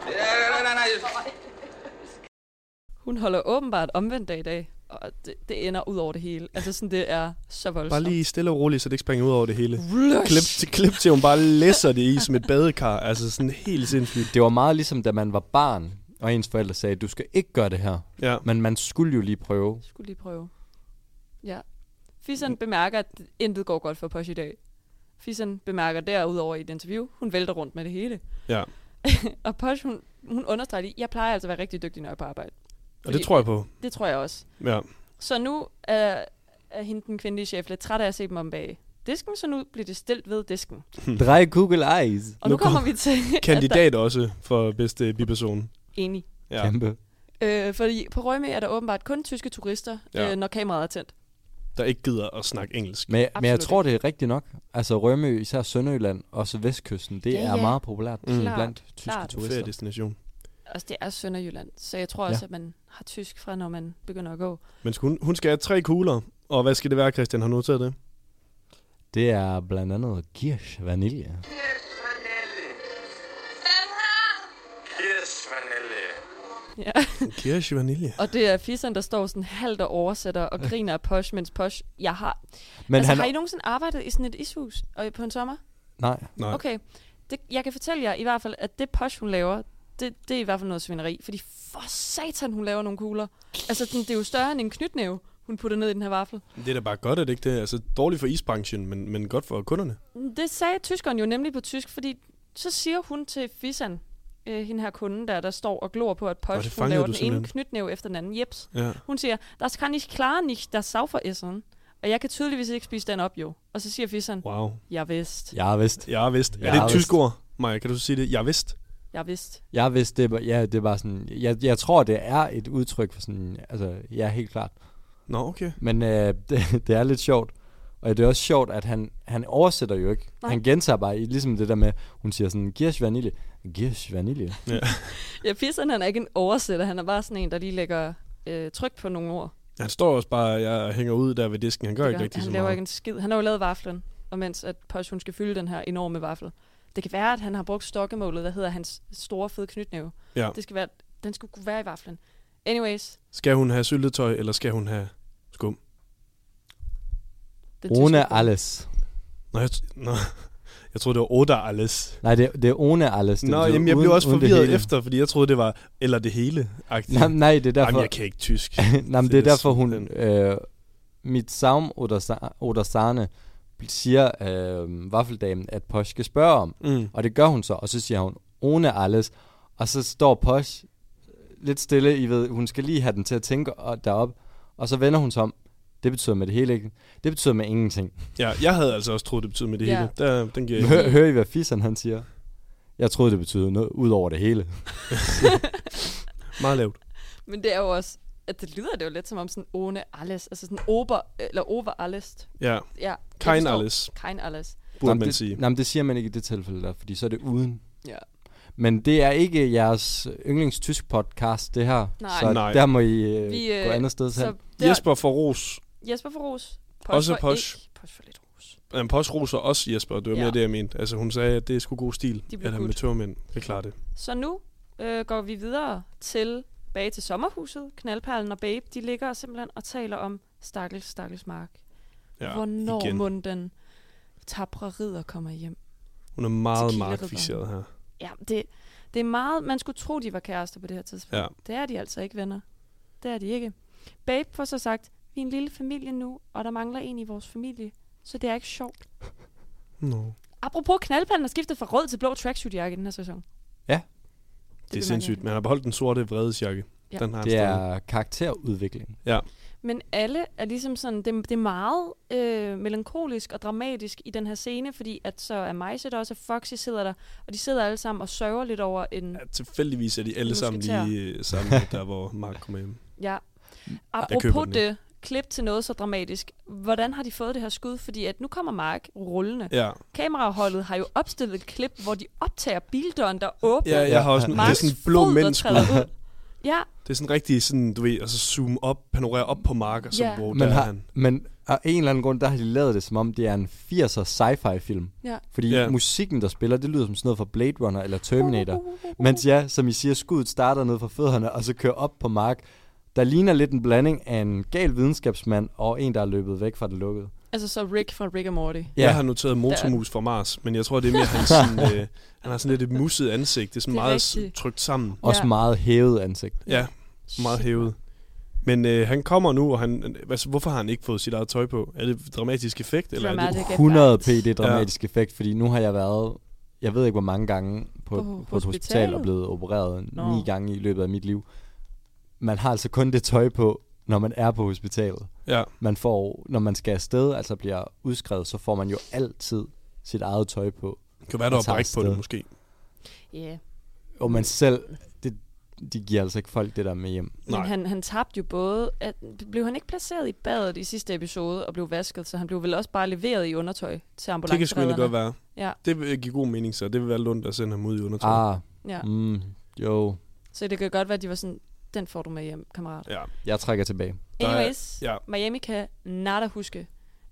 [SPEAKER 5] Ja, nej, nej, nej.
[SPEAKER 4] Hun holder åbenbart omvendt dag i dag, og det, det ender ud over det hele. Altså sådan, det er så voldsomt.
[SPEAKER 2] Bare lige stille og roligt, så det ikke springer ud over det hele.
[SPEAKER 4] Rush.
[SPEAKER 2] Klip til, klip til, hun bare læsser det i som et badekar. Altså sådan helt sindssygt.
[SPEAKER 3] Det var meget ligesom, da man var barn, og ens forældre sagde, du skal ikke gøre det her.
[SPEAKER 2] Ja.
[SPEAKER 3] Men man skulle jo lige prøve.
[SPEAKER 4] Jeg skulle lige prøve. Ja. Fissen bemærker, at intet går godt for Posh i dag. Fissen bemærker derudover i et interview, hun vælter rundt med det hele.
[SPEAKER 2] ja.
[SPEAKER 4] Og Posh, hun, hun understreger lige, jeg plejer altså at være rigtig dygtig, når jeg er på arbejde.
[SPEAKER 2] Og det tror jeg på.
[SPEAKER 4] Det tror jeg også.
[SPEAKER 2] Ja.
[SPEAKER 4] Så nu er, er hende den kvindelige chef lidt træt af at se dem om bag disken, så nu bliver det stilt ved disken.
[SPEAKER 3] Drej Google Eyes.
[SPEAKER 4] Og nu,
[SPEAKER 2] Nu
[SPEAKER 4] nu kommer vi til... at der-
[SPEAKER 2] Kandidat også for bedste biperson.
[SPEAKER 4] Enig.
[SPEAKER 2] Ja.
[SPEAKER 3] Kæmpe.
[SPEAKER 4] Øh, fordi på Rømø er der åbenbart kun tyske turister,
[SPEAKER 2] Ja.
[SPEAKER 4] ja. øh, når kameraet er tændt.
[SPEAKER 2] Der ikke gider at snakke engelsk.
[SPEAKER 3] Men, men jeg
[SPEAKER 4] Absolut
[SPEAKER 3] tror, det er rigtigt nok. Altså Rømø, især Sønderjylland og så Vestkysten, det
[SPEAKER 4] Ja,
[SPEAKER 3] ja, ja. er
[SPEAKER 4] ja.
[SPEAKER 3] meget populært mm.
[SPEAKER 4] Klart,
[SPEAKER 3] blandt tyske
[SPEAKER 4] klart.
[SPEAKER 3] turister.
[SPEAKER 2] destination.
[SPEAKER 4] Altså, det er Sønderjylland, så jeg tror
[SPEAKER 3] Ja.
[SPEAKER 4] også, at man har tysk fra, når man begynder at gå.
[SPEAKER 2] Men skal hun, hun skal have tre kugler. Og hvad skal det være, Christian? Har du noteret det?
[SPEAKER 3] Det er blandt andet Kirsch Vanilje.
[SPEAKER 5] Yes, Vanille.
[SPEAKER 4] Ja.
[SPEAKER 2] Kirsch vanilje.
[SPEAKER 4] Og det er fisseren, der står sådan halvt og oversætter og griner af Posh, mens Posh, jeg har...
[SPEAKER 3] Men
[SPEAKER 4] Men altså,
[SPEAKER 3] han...
[SPEAKER 4] han... har I nogensinde arbejdet i sådan et ishus og på en sommer?
[SPEAKER 3] Nej.
[SPEAKER 2] Nej. Okay.
[SPEAKER 4] Okay, det, jeg kan fortælle jer i hvert fald, at det Posh, hun laver, det, det er i hvert fald noget svineri. Fordi for satan, hun laver nogle kugler. Altså, den, det er jo større end en knytnæve, hun putter ned i den her vaffel.
[SPEAKER 2] Det er da bare godt, at det ikke det er. Altså, dårligt for isbranchen, men, men godt for kunderne.
[SPEAKER 4] Det sagde tyskeren jo nemlig på tysk, fordi så siger hun til Fisan, øh, hende her kunde der, der står og glor på, at
[SPEAKER 2] Nå, det
[SPEAKER 4] Posh, hun
[SPEAKER 2] fangede
[SPEAKER 4] laver
[SPEAKER 2] du
[SPEAKER 4] den ene
[SPEAKER 2] simpelthen.
[SPEAKER 4] knytnæve efter den anden. Jeps.
[SPEAKER 2] Ja.
[SPEAKER 4] Hun siger, das kann ich klar nicht, das Sauferessen. Og jeg kan tydeligvis ikke spise den op, jo. Og så siger Fisan,
[SPEAKER 2] Wow.
[SPEAKER 4] jeg vidste,
[SPEAKER 3] Jeg har vidst.
[SPEAKER 2] Jeg vidst. Er
[SPEAKER 3] Jeg
[SPEAKER 2] det et
[SPEAKER 3] vidste.
[SPEAKER 2] tysk ord? Maja, kan du sige det? Jeg vidst.
[SPEAKER 4] jeg vidste.
[SPEAKER 3] Jeg har vidst, det er, bare- ja, det er bare sådan... Jeg, jeg tror, det er et udtryk for sådan... Altså, ja, helt klart.
[SPEAKER 2] Nå, okay.
[SPEAKER 3] Men øh, det, det er lidt sjovt. Og det er også sjovt, at han, han oversætter jo ikke.
[SPEAKER 4] Nej.
[SPEAKER 3] Nej. Han gentager bare, i- ligesom det der med, hun siger sådan, Girsch vanilje. Girsch vanilje.
[SPEAKER 4] Ja, Fisan han er ikke en oversætter, han er bare sådan en, der lige lægger øh, tryk på nogle ord.
[SPEAKER 2] Han står også bare, jeg hænger ud der ved disken. Han gør
[SPEAKER 4] Det
[SPEAKER 2] ikke
[SPEAKER 4] gør
[SPEAKER 2] rigtig
[SPEAKER 4] han,
[SPEAKER 2] så
[SPEAKER 4] han laver
[SPEAKER 2] meget.
[SPEAKER 4] ikke en skid. Han har jo lavet vaflen. og mens at Posh, hun skal fylde den her enorme vaffel. Det kan være, at han har brugt stokkemålet, der hedder hans store fede knytnæve.
[SPEAKER 2] Ja.
[SPEAKER 4] Det skal være, den skulle kunne være i vaflen. Anyways,
[SPEAKER 2] Skal hun have syltetøj, eller skal hun have skum?
[SPEAKER 4] den
[SPEAKER 3] Ona
[SPEAKER 4] tyske-
[SPEAKER 3] alles.
[SPEAKER 2] Nå, jeg, t- nå, jeg troede, det var Oda alles.
[SPEAKER 3] Nej, det, det er Ona alles. det
[SPEAKER 2] Nå,
[SPEAKER 3] betyder
[SPEAKER 2] jamen, jeg blev
[SPEAKER 3] uden-
[SPEAKER 2] også
[SPEAKER 3] uden det
[SPEAKER 2] forvirret
[SPEAKER 3] hele.
[SPEAKER 2] efter, fordi jeg troede, det var eller det hele.
[SPEAKER 3] Nej, nej, det er derfor.
[SPEAKER 2] Jamen, jeg kan ikke tysk.
[SPEAKER 3] Nej, men
[SPEAKER 2] Det
[SPEAKER 3] det
[SPEAKER 2] er
[SPEAKER 3] er derfor, hun...
[SPEAKER 2] simpelthen-
[SPEAKER 3] Øh, mit savn Odersane siger øh, Vaffeldamen, at Posh skal spørge om.
[SPEAKER 2] Mm.
[SPEAKER 3] Og det gør hun så, og så siger hun, One alles. Og så står Posh lidt stille, I ved, hun skal lige have den til at tænke og- derop. Og så vender hun sig om. Det betyder med det hele ikke. Det betyder med ingenting.
[SPEAKER 2] Ja, jeg havde altså også troet, det betød med det
[SPEAKER 4] Ja.
[SPEAKER 2] hele. Der, den giver jeg.
[SPEAKER 3] Hør, hører I, hvad fisseren han siger? Jeg troede, det betød noget ud over det hele.
[SPEAKER 2] Meget lavt.
[SPEAKER 4] Men det er jo også, at det lyder det jo lidt som om sådan One alles, altså sådan ober, eller over alles.
[SPEAKER 2] Ja,
[SPEAKER 4] Ja, jeg
[SPEAKER 2] kein
[SPEAKER 4] forstår.
[SPEAKER 2] alles,
[SPEAKER 4] Kein alles.
[SPEAKER 2] burde
[SPEAKER 3] Nå, men
[SPEAKER 2] man
[SPEAKER 3] det,
[SPEAKER 2] sige.
[SPEAKER 3] Nej, men det siger man ikke i det tilfælde der, fordi så er det uden.
[SPEAKER 4] Ja.
[SPEAKER 3] Men det er ikke jeres yndlings tysk podcast, det her.
[SPEAKER 4] Nej.
[SPEAKER 3] Så
[SPEAKER 2] Nej.
[SPEAKER 3] der må I øh,
[SPEAKER 4] Vi, øh,
[SPEAKER 3] gå andet sted hen.
[SPEAKER 4] Så der,
[SPEAKER 2] Jesper får ros.
[SPEAKER 4] Jesper for ros.
[SPEAKER 2] Også
[SPEAKER 4] for
[SPEAKER 2] Posh.
[SPEAKER 4] ikke. Posh for lidt ros.
[SPEAKER 2] Han påsroser øh, også Jesper, og det var
[SPEAKER 4] Ja.
[SPEAKER 2] mere det, jeg mente. Altså, hun sagde, at det er sgu god stil,
[SPEAKER 4] De blev
[SPEAKER 2] at han med
[SPEAKER 4] good.
[SPEAKER 2] tørmænd kan klare det.
[SPEAKER 4] Så nu øh, går vi videre til bag til sommerhuset. Knaldperlen og Babe, de ligger simpelthen og taler om stakkels, stakkels mark.
[SPEAKER 2] Ja,
[SPEAKER 4] Hvornår
[SPEAKER 2] igen.
[SPEAKER 4] mund den tabre ridder kommer hjem.
[SPEAKER 2] Hun er meget
[SPEAKER 4] Tequila-ridder.
[SPEAKER 2] markfixeret her.
[SPEAKER 4] Ja, det, det er meget... Man skulle tro, de var kærester på det her tidspunkt.
[SPEAKER 2] Ja.
[SPEAKER 4] Det er de altså ikke, venner. Det er de ikke. Babe får så sagt, vi er en lille familie nu, og der mangler en i vores familie, så det er ikke sjovt.
[SPEAKER 2] No.
[SPEAKER 4] Apropos knaldpanden er skiftet fra rød til blå tracksuit-jakke i den her sæson.
[SPEAKER 3] Ja.
[SPEAKER 2] Det er
[SPEAKER 4] Det bemærker
[SPEAKER 2] sindssygt.
[SPEAKER 4] jeg.
[SPEAKER 2] Man har beholdt den sorte vredesjakke.
[SPEAKER 4] Ja.
[SPEAKER 2] Den har han
[SPEAKER 3] Det
[SPEAKER 2] stadig.
[SPEAKER 3] er karakterudvikling.
[SPEAKER 4] Men alle er ligesom sådan, det, det er meget øh, melankolisk og dramatisk i den her scene, fordi at så er Majse der også, og Foxy sidder der, og de sidder alle sammen og sørger lidt over en...
[SPEAKER 2] Ja, tilfældigvis er de alle sammen
[SPEAKER 4] Musketerer.
[SPEAKER 2] lige øh, sammen, der hvor Mark kommer hjem.
[SPEAKER 4] Ja.
[SPEAKER 2] Jeg køber den
[SPEAKER 4] Apropos
[SPEAKER 2] ikke.
[SPEAKER 4] det, klip til noget så dramatisk. Hvordan har de fået det her skud? Fordi at nu kommer Mark rullende.
[SPEAKER 2] Ja,
[SPEAKER 4] Kameraholdet har jo opstillet et klip, hvor de optager bildøren, der åbner.
[SPEAKER 2] ja jeg har også en, det er
[SPEAKER 4] Marks
[SPEAKER 2] sådan en blå
[SPEAKER 4] fod, der
[SPEAKER 2] menneske.
[SPEAKER 4] træder ud. Ja,
[SPEAKER 2] Det er sådan rigtig sådan, du ved, og så zoom op, panorere op på Mark, og så
[SPEAKER 4] Ja.
[SPEAKER 2] yeah. wow, Oh, der
[SPEAKER 3] Men,
[SPEAKER 2] er
[SPEAKER 3] har,
[SPEAKER 2] han.
[SPEAKER 3] men af en eller anden grund, der har de lavet det, som om det er en 80'er sci-fi film.
[SPEAKER 4] Ja.
[SPEAKER 3] Fordi
[SPEAKER 2] Ja.
[SPEAKER 3] musikken, der spiller, det lyder som sådan noget fra Blade Runner eller Terminator. Mens ja, som I siger, skuddet starter ned fra fødderne, og så kører op på mark. Der ligner lidt en blanding af en gal videnskabsmand og en, der er løbet væk fra det lukkede.
[SPEAKER 4] altså så Rick fra Rick and Morty.
[SPEAKER 2] Ja. Jeg har noteret motormus fra Mars, men jeg tror, det er mere, han, sådan, øh, han har sådan lidt et musset ansigt. Det er sådan
[SPEAKER 4] Det er
[SPEAKER 2] meget
[SPEAKER 4] rigtigt.
[SPEAKER 2] trykt sammen.
[SPEAKER 3] Også
[SPEAKER 4] Ja.
[SPEAKER 3] meget hævet ansigt.
[SPEAKER 2] Ja, meget hævet. Men øh, han kommer nu, og han, altså, hvorfor har han ikke fået sit eget tøj på? Er det dramatisk effekt? Eller er det,
[SPEAKER 4] Dramatic. Det er
[SPEAKER 3] 100
[SPEAKER 4] galt.
[SPEAKER 3] pd dramatisk ja. effekt, fordi nu har jeg været, jeg ved ikke hvor mange gange på,
[SPEAKER 4] På
[SPEAKER 3] på, på et
[SPEAKER 4] hospitalet?
[SPEAKER 3] hospital og blevet opereret
[SPEAKER 4] Nå.
[SPEAKER 3] ni gange i løbet af mit liv. Man har altså kun det tøj på, når man er på hospitalet.
[SPEAKER 2] ja,
[SPEAKER 3] Man får, når man skal afsted, altså bliver udskrevet, så får man jo altid sit eget tøj på.
[SPEAKER 2] det kan være, der
[SPEAKER 3] Han
[SPEAKER 2] er
[SPEAKER 3] tager
[SPEAKER 2] bræk på det
[SPEAKER 3] afsted.
[SPEAKER 2] måske.
[SPEAKER 4] Ja.
[SPEAKER 3] Og
[SPEAKER 4] Mm.
[SPEAKER 3] man selv, det, de giver altså ikke folk det der med hjem.
[SPEAKER 4] Men
[SPEAKER 2] Nej.
[SPEAKER 4] han, han tabte jo både... At, blev han ikke placeret i badet i sidste episode og blev vasket, så han blev vel også bare leveret i undertøj til
[SPEAKER 2] Det kan sgu egentlig
[SPEAKER 4] ambulanceredderne?
[SPEAKER 2] godt være.
[SPEAKER 4] Ja.
[SPEAKER 2] Det vil give god mening, så det vil være lundt at sende ham ud i undertøj. Ah.
[SPEAKER 3] Ah,
[SPEAKER 4] Ja.
[SPEAKER 3] mm, jo,
[SPEAKER 4] Så det kan godt være, at de var sådan, den får du med hjem, kammerat.
[SPEAKER 2] Ja.
[SPEAKER 3] jeg trækker tilbage.
[SPEAKER 2] Der er-
[SPEAKER 4] Anyways,
[SPEAKER 2] ja.
[SPEAKER 4] Miami kan nada huske.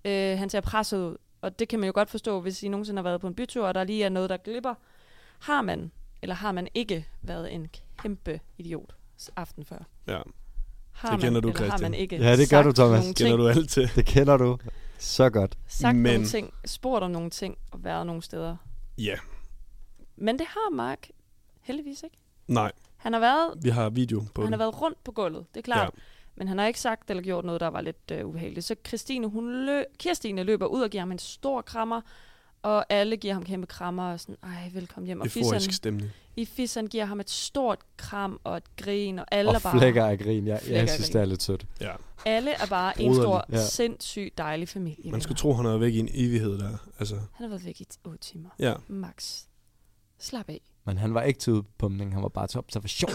[SPEAKER 4] Øh, han ser presset ud, og det kan man jo godt forstå, hvis I nogensinde har været på en bytur, og der lige er noget, der glipper. Har man, eller har man ikke været en kæmpe idiot s- aften før?
[SPEAKER 2] Ja.
[SPEAKER 4] Har
[SPEAKER 2] Det kender
[SPEAKER 4] man,
[SPEAKER 2] du,
[SPEAKER 4] eller har
[SPEAKER 2] Christian.
[SPEAKER 4] man ikke
[SPEAKER 3] Ja, det gør
[SPEAKER 4] sagt
[SPEAKER 3] du, Thomas.
[SPEAKER 4] Nogle ting,
[SPEAKER 2] Kender du alt til?
[SPEAKER 3] Det kender du så godt.
[SPEAKER 4] sagt
[SPEAKER 2] Men-
[SPEAKER 4] nogle ting, spurgt om nogle ting og været nogle steder.
[SPEAKER 2] Ja.
[SPEAKER 4] Men det har Mark heldigvis ikke.
[SPEAKER 2] Nej,
[SPEAKER 4] Han har været,
[SPEAKER 2] vi har video på
[SPEAKER 4] han har
[SPEAKER 2] den.
[SPEAKER 4] været rundt på gulvet, det er klart. Ja. Men han har ikke sagt eller gjort noget, der var lidt øh, ubehageligt. Så Christine, hun lø- Kirstine løber ud og giver ham en stor krammer, og alle giver ham kæmpe krammer og sådan, ej, velkommen hjem. Og
[SPEAKER 2] Euforisk
[SPEAKER 4] Fisan,
[SPEAKER 2] stemning.
[SPEAKER 4] i Fisan giver ham et stort kram og et grin, og alle,
[SPEAKER 3] Og
[SPEAKER 4] er
[SPEAKER 3] flækker
[SPEAKER 4] bare,
[SPEAKER 3] af grin. Jeg,
[SPEAKER 4] Flækker af
[SPEAKER 3] jeg synes,
[SPEAKER 4] grin.
[SPEAKER 3] det er lidt sødt.
[SPEAKER 2] Ja.
[SPEAKER 4] alle er bare en
[SPEAKER 2] Broderlig,
[SPEAKER 4] stor,
[SPEAKER 3] ja.
[SPEAKER 4] ja. sindssygt dejlig familie.
[SPEAKER 2] Man skulle tro, han havde væk i en evighed der. Altså,
[SPEAKER 4] Han har været væk i 8 timer.
[SPEAKER 2] ja.
[SPEAKER 4] Max, slap af.
[SPEAKER 3] Men han var ikke til udpumpning, han var bare til observation.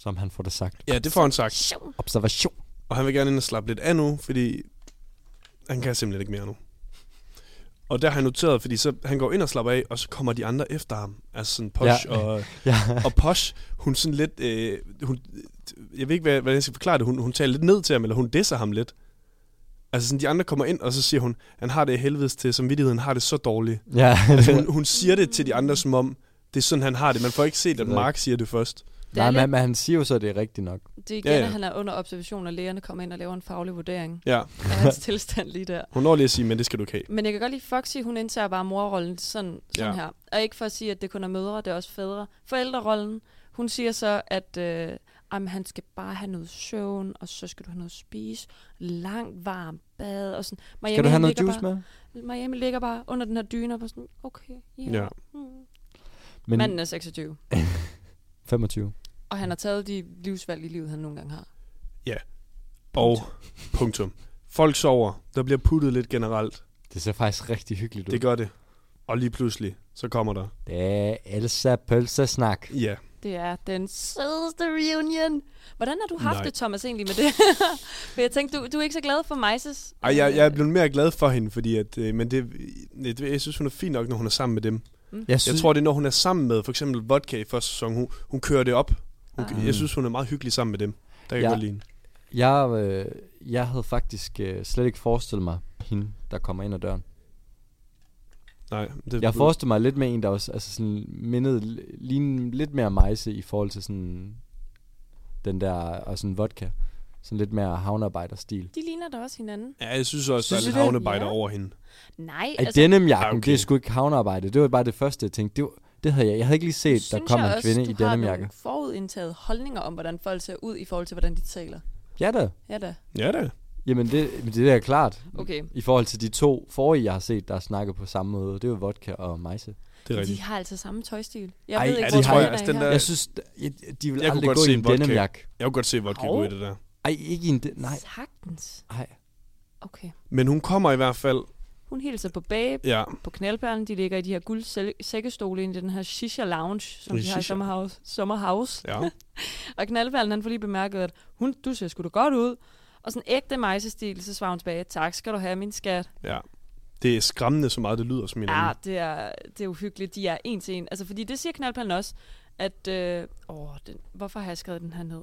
[SPEAKER 3] som han får det sagt.
[SPEAKER 2] ja, det får han sagt.
[SPEAKER 4] Sjov.
[SPEAKER 3] Observation.
[SPEAKER 2] Og han vil gerne ind og slappe lidt af nu, fordi han kan simpelthen ikke mere nu. Og der har han noteret, fordi så han går ind og slapper af, og så kommer de andre efter ham. Altså sådan Posh ja.
[SPEAKER 3] Ja.
[SPEAKER 2] og,
[SPEAKER 3] Ja.
[SPEAKER 2] og Posh, hun sådan lidt, øh, hun, jeg ved ikke, hvad- hvordan jeg skal forklare det, hun, hun taler lidt ned til ham, eller hun disser ham lidt. Altså sådan, de andre kommer ind, og så siger hun, han har det af helvedes til, samvittigheden har det så dårligt.
[SPEAKER 3] Ja,
[SPEAKER 2] Altså, hun, hun siger det til de andre, som om det er sådan, han har det. Man får ikke set, at
[SPEAKER 3] Det er
[SPEAKER 2] Mark siger det først.
[SPEAKER 4] Det er
[SPEAKER 3] nej,
[SPEAKER 4] lidt-
[SPEAKER 3] men, men han siger jo så, at det er rigtigt nok.
[SPEAKER 4] Det er igen,
[SPEAKER 2] Ja,
[SPEAKER 4] ja,
[SPEAKER 2] ja.
[SPEAKER 4] ja. at han er under observation, og lægerne kommer ind og laver en faglig vurdering
[SPEAKER 2] Ja,
[SPEAKER 4] af hans tilstand lige der.
[SPEAKER 2] hun når lige at sige, men det skal du ikke have.
[SPEAKER 4] Men jeg kan godt lide, Foxy, hun indtager bare morrollen sådan,
[SPEAKER 2] Ja.
[SPEAKER 4] sådan ja. her. Og ikke for at sige, at det kun er mødre, det er også fædre. Forældrerollen, hun siger så, at øh, jamen, han skal bare have noget søvn, og så skal du have noget at spise, langt varmt bad og sådan. Miami,
[SPEAKER 3] Skal du have
[SPEAKER 4] han
[SPEAKER 3] noget
[SPEAKER 4] ligger
[SPEAKER 3] juice
[SPEAKER 4] bare,
[SPEAKER 3] med?
[SPEAKER 4] med? Miami ligger bare under den her dyne og bare sådan, okay, yeah.
[SPEAKER 2] Ja.
[SPEAKER 4] ja. Mm.
[SPEAKER 3] Men
[SPEAKER 4] Manden er 26,
[SPEAKER 3] 25.
[SPEAKER 4] og han har taget de livsvalg i livet, han nogle gange har.
[SPEAKER 2] Og punktum. Folk sover. Der bliver puttet lidt generelt.
[SPEAKER 3] Det ser faktisk rigtig hyggeligt ud.
[SPEAKER 2] Det gør det. Og lige pludselig, så kommer der.
[SPEAKER 3] Det er Elsa Pølsesnak.
[SPEAKER 2] Ja,
[SPEAKER 4] Det er den sødeste reunion. Hvordan har du haft
[SPEAKER 2] Nej.
[SPEAKER 4] Nej. det, Thomas, egentlig med det? for jeg tænkte, du, du er ikke så glad for Maises.
[SPEAKER 2] Ej, jeg, jeg er blevet mere glad for hende, fordi at, øh, men det, det, jeg synes, hun er fin nok, når hun er sammen med dem.
[SPEAKER 3] Jeg,
[SPEAKER 2] Jeg
[SPEAKER 3] synes,
[SPEAKER 2] tror, det er, når hun er sammen med for eksempel Vodka i første sæson. Hun, hun kører det op. Hun, ah. Jeg synes, hun er meget hyggelig sammen med dem. Der kan jeg
[SPEAKER 3] Ja.
[SPEAKER 2] godt lide hende.
[SPEAKER 3] jeg, øh, jeg havde faktisk øh, slet ikke forestillet mig hende, der kommer ind ad døren.
[SPEAKER 2] Nej, det,
[SPEAKER 3] Jeg forestillede mig lidt med en, der også altså sådan, mindede l- lignede lidt mere Majse i forhold til sådan den der, og sådan vodka. Sådan lidt mere havnearbejderstil.
[SPEAKER 4] De ligner da også hinanden.
[SPEAKER 2] Ja, jeg synes også,
[SPEAKER 3] Synes
[SPEAKER 2] der er lidt
[SPEAKER 3] I det?
[SPEAKER 2] havnebejder
[SPEAKER 4] Ja.
[SPEAKER 2] over hende.
[SPEAKER 4] Nej,
[SPEAKER 3] At altså, denimjakken,
[SPEAKER 2] Ah, okay.
[SPEAKER 3] okay. det er sgu ikke havnearbejde. Det var bare det første, jeg tænkte. Det, var, det havde jeg. Jeg havde ikke lige set, der kom en kvinde i
[SPEAKER 4] du har
[SPEAKER 3] denimjakke.
[SPEAKER 4] nogle forudindtaget holdninger om, hvordan folk ser ud i forhold til, hvordan de taler.
[SPEAKER 3] Ja da.
[SPEAKER 4] Ja da.
[SPEAKER 2] Ja da.
[SPEAKER 3] Jamen det, men det er da klart.
[SPEAKER 4] Mm. Okay.
[SPEAKER 3] I forhold til de to forrige, jeg har set, der snakker på samme måde. Det er jo vodka og majse.
[SPEAKER 2] Det er
[SPEAKER 4] De
[SPEAKER 2] rigtigt.
[SPEAKER 4] har altså samme tøjstil. Jeg
[SPEAKER 3] Ej,
[SPEAKER 4] ved ikke,
[SPEAKER 3] ja,
[SPEAKER 4] hvor
[SPEAKER 3] det tror jeg
[SPEAKER 4] den
[SPEAKER 2] altså,
[SPEAKER 4] er
[SPEAKER 2] den
[SPEAKER 4] her.
[SPEAKER 2] der-
[SPEAKER 3] Jeg synes, jeg, de vil
[SPEAKER 2] Jeg kunne
[SPEAKER 3] aldrig
[SPEAKER 2] godt
[SPEAKER 3] gå
[SPEAKER 2] se
[SPEAKER 3] i en
[SPEAKER 2] en vodka.
[SPEAKER 3] denimjakke.
[SPEAKER 2] Jeg kunne godt se Vodka
[SPEAKER 4] Hov.
[SPEAKER 2] gå i det der.
[SPEAKER 3] Ej, ikke i en den... Nej,
[SPEAKER 4] Sagtens.
[SPEAKER 3] ej.
[SPEAKER 4] Okay.
[SPEAKER 2] Men hun kommer i hvert fald.
[SPEAKER 4] Hun hilser på babe,
[SPEAKER 2] Ja,
[SPEAKER 4] på knaldperlen. De ligger i de her guldsækkestole i den her shisha lounge, som
[SPEAKER 2] I
[SPEAKER 4] de har i
[SPEAKER 2] shisha.
[SPEAKER 4] Sommerhouse. Sommerhouse.
[SPEAKER 2] ja.
[SPEAKER 4] Og knaldperlen, han får lige bemærket, at hun, du ser sgu da godt ud. Og sådan ægte mejsestil, så svarer hun tilbage, tak skal du have, min skat.
[SPEAKER 2] ja. Det er skræmmende, så meget det lyder som hinanden.
[SPEAKER 4] Ja, det er, det er uhyggeligt, de er en til en. Altså, fordi det siger knaldperlen også, at, øh, åh, den, hvorfor har jeg skrevet den her ned?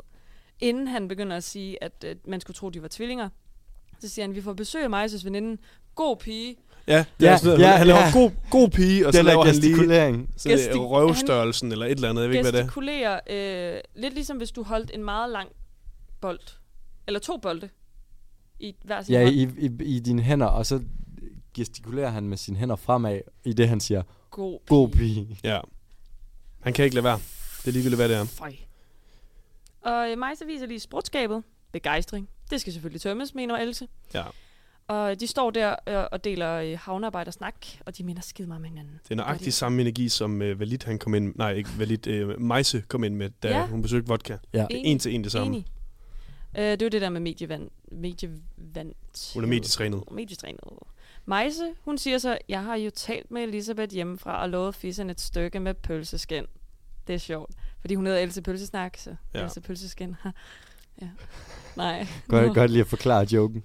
[SPEAKER 4] Inden han begynder at sige, at øh, man skulle tro, de var tvillinger, så siger han, vi får besøg af Majses veninde, god pige.
[SPEAKER 2] Ja, det er
[SPEAKER 3] Ja,
[SPEAKER 2] sådan, noget.
[SPEAKER 3] ja,
[SPEAKER 2] han laver
[SPEAKER 3] ja.
[SPEAKER 2] god, god pige, og så
[SPEAKER 3] Den der
[SPEAKER 2] laver han lige
[SPEAKER 3] gestikulering.
[SPEAKER 2] sådan, øh,
[SPEAKER 4] Gestik-
[SPEAKER 2] røvstørrelsen eller et eller andet. Jeg ved ikke, hvad det er.
[SPEAKER 4] gestikulerer, øh, lidt ligesom hvis du holdt en meget lang bold, eller to bolde, i hver sin
[SPEAKER 3] Ja,
[SPEAKER 4] hånd.
[SPEAKER 3] i, i, i dine hænder, og så gestikulerer han med sine hænder fremad, i det han siger,
[SPEAKER 4] god pige.
[SPEAKER 3] god pige.
[SPEAKER 2] Ja. Han kan ikke lade være. Det er ligegyldigt, hvad det er.
[SPEAKER 4] Føj. Og øh, Majsa viser lige sprutskabet. Begejstring. Det skal selvfølgelig tømmes, mener Else.
[SPEAKER 2] Ja.
[SPEAKER 4] Og øh, de står der øh, og deler øh, havnearbejde og snak, og de minder skide meget om hinanden.
[SPEAKER 2] Det er nøjagtig
[SPEAKER 4] Godt,
[SPEAKER 2] samme energi, som øh, Valit han kom ind Nej, ikke Valit. Øh, Majse kom ind med, da ja.
[SPEAKER 4] Ja.
[SPEAKER 2] hun besøgte vodka.
[SPEAKER 3] Ja.
[SPEAKER 2] Det er
[SPEAKER 4] Enig.
[SPEAKER 2] en til en det samme.
[SPEAKER 4] Enig. Øh, det er jo det der med medievand. medievand.
[SPEAKER 2] Hun er medietrænet.
[SPEAKER 4] Medietrænet. Majse, hun siger så, jeg har jo talt med Elisabeth hjemmefra og lovet fissen et stykke med pølseskin. Det er sjovt, fordi hun hedder Else Pølsesnak, så
[SPEAKER 2] Ja.
[SPEAKER 4] ja. Else Pølseskin. ja. Nej.
[SPEAKER 3] Godt, godt lige at forklare joken.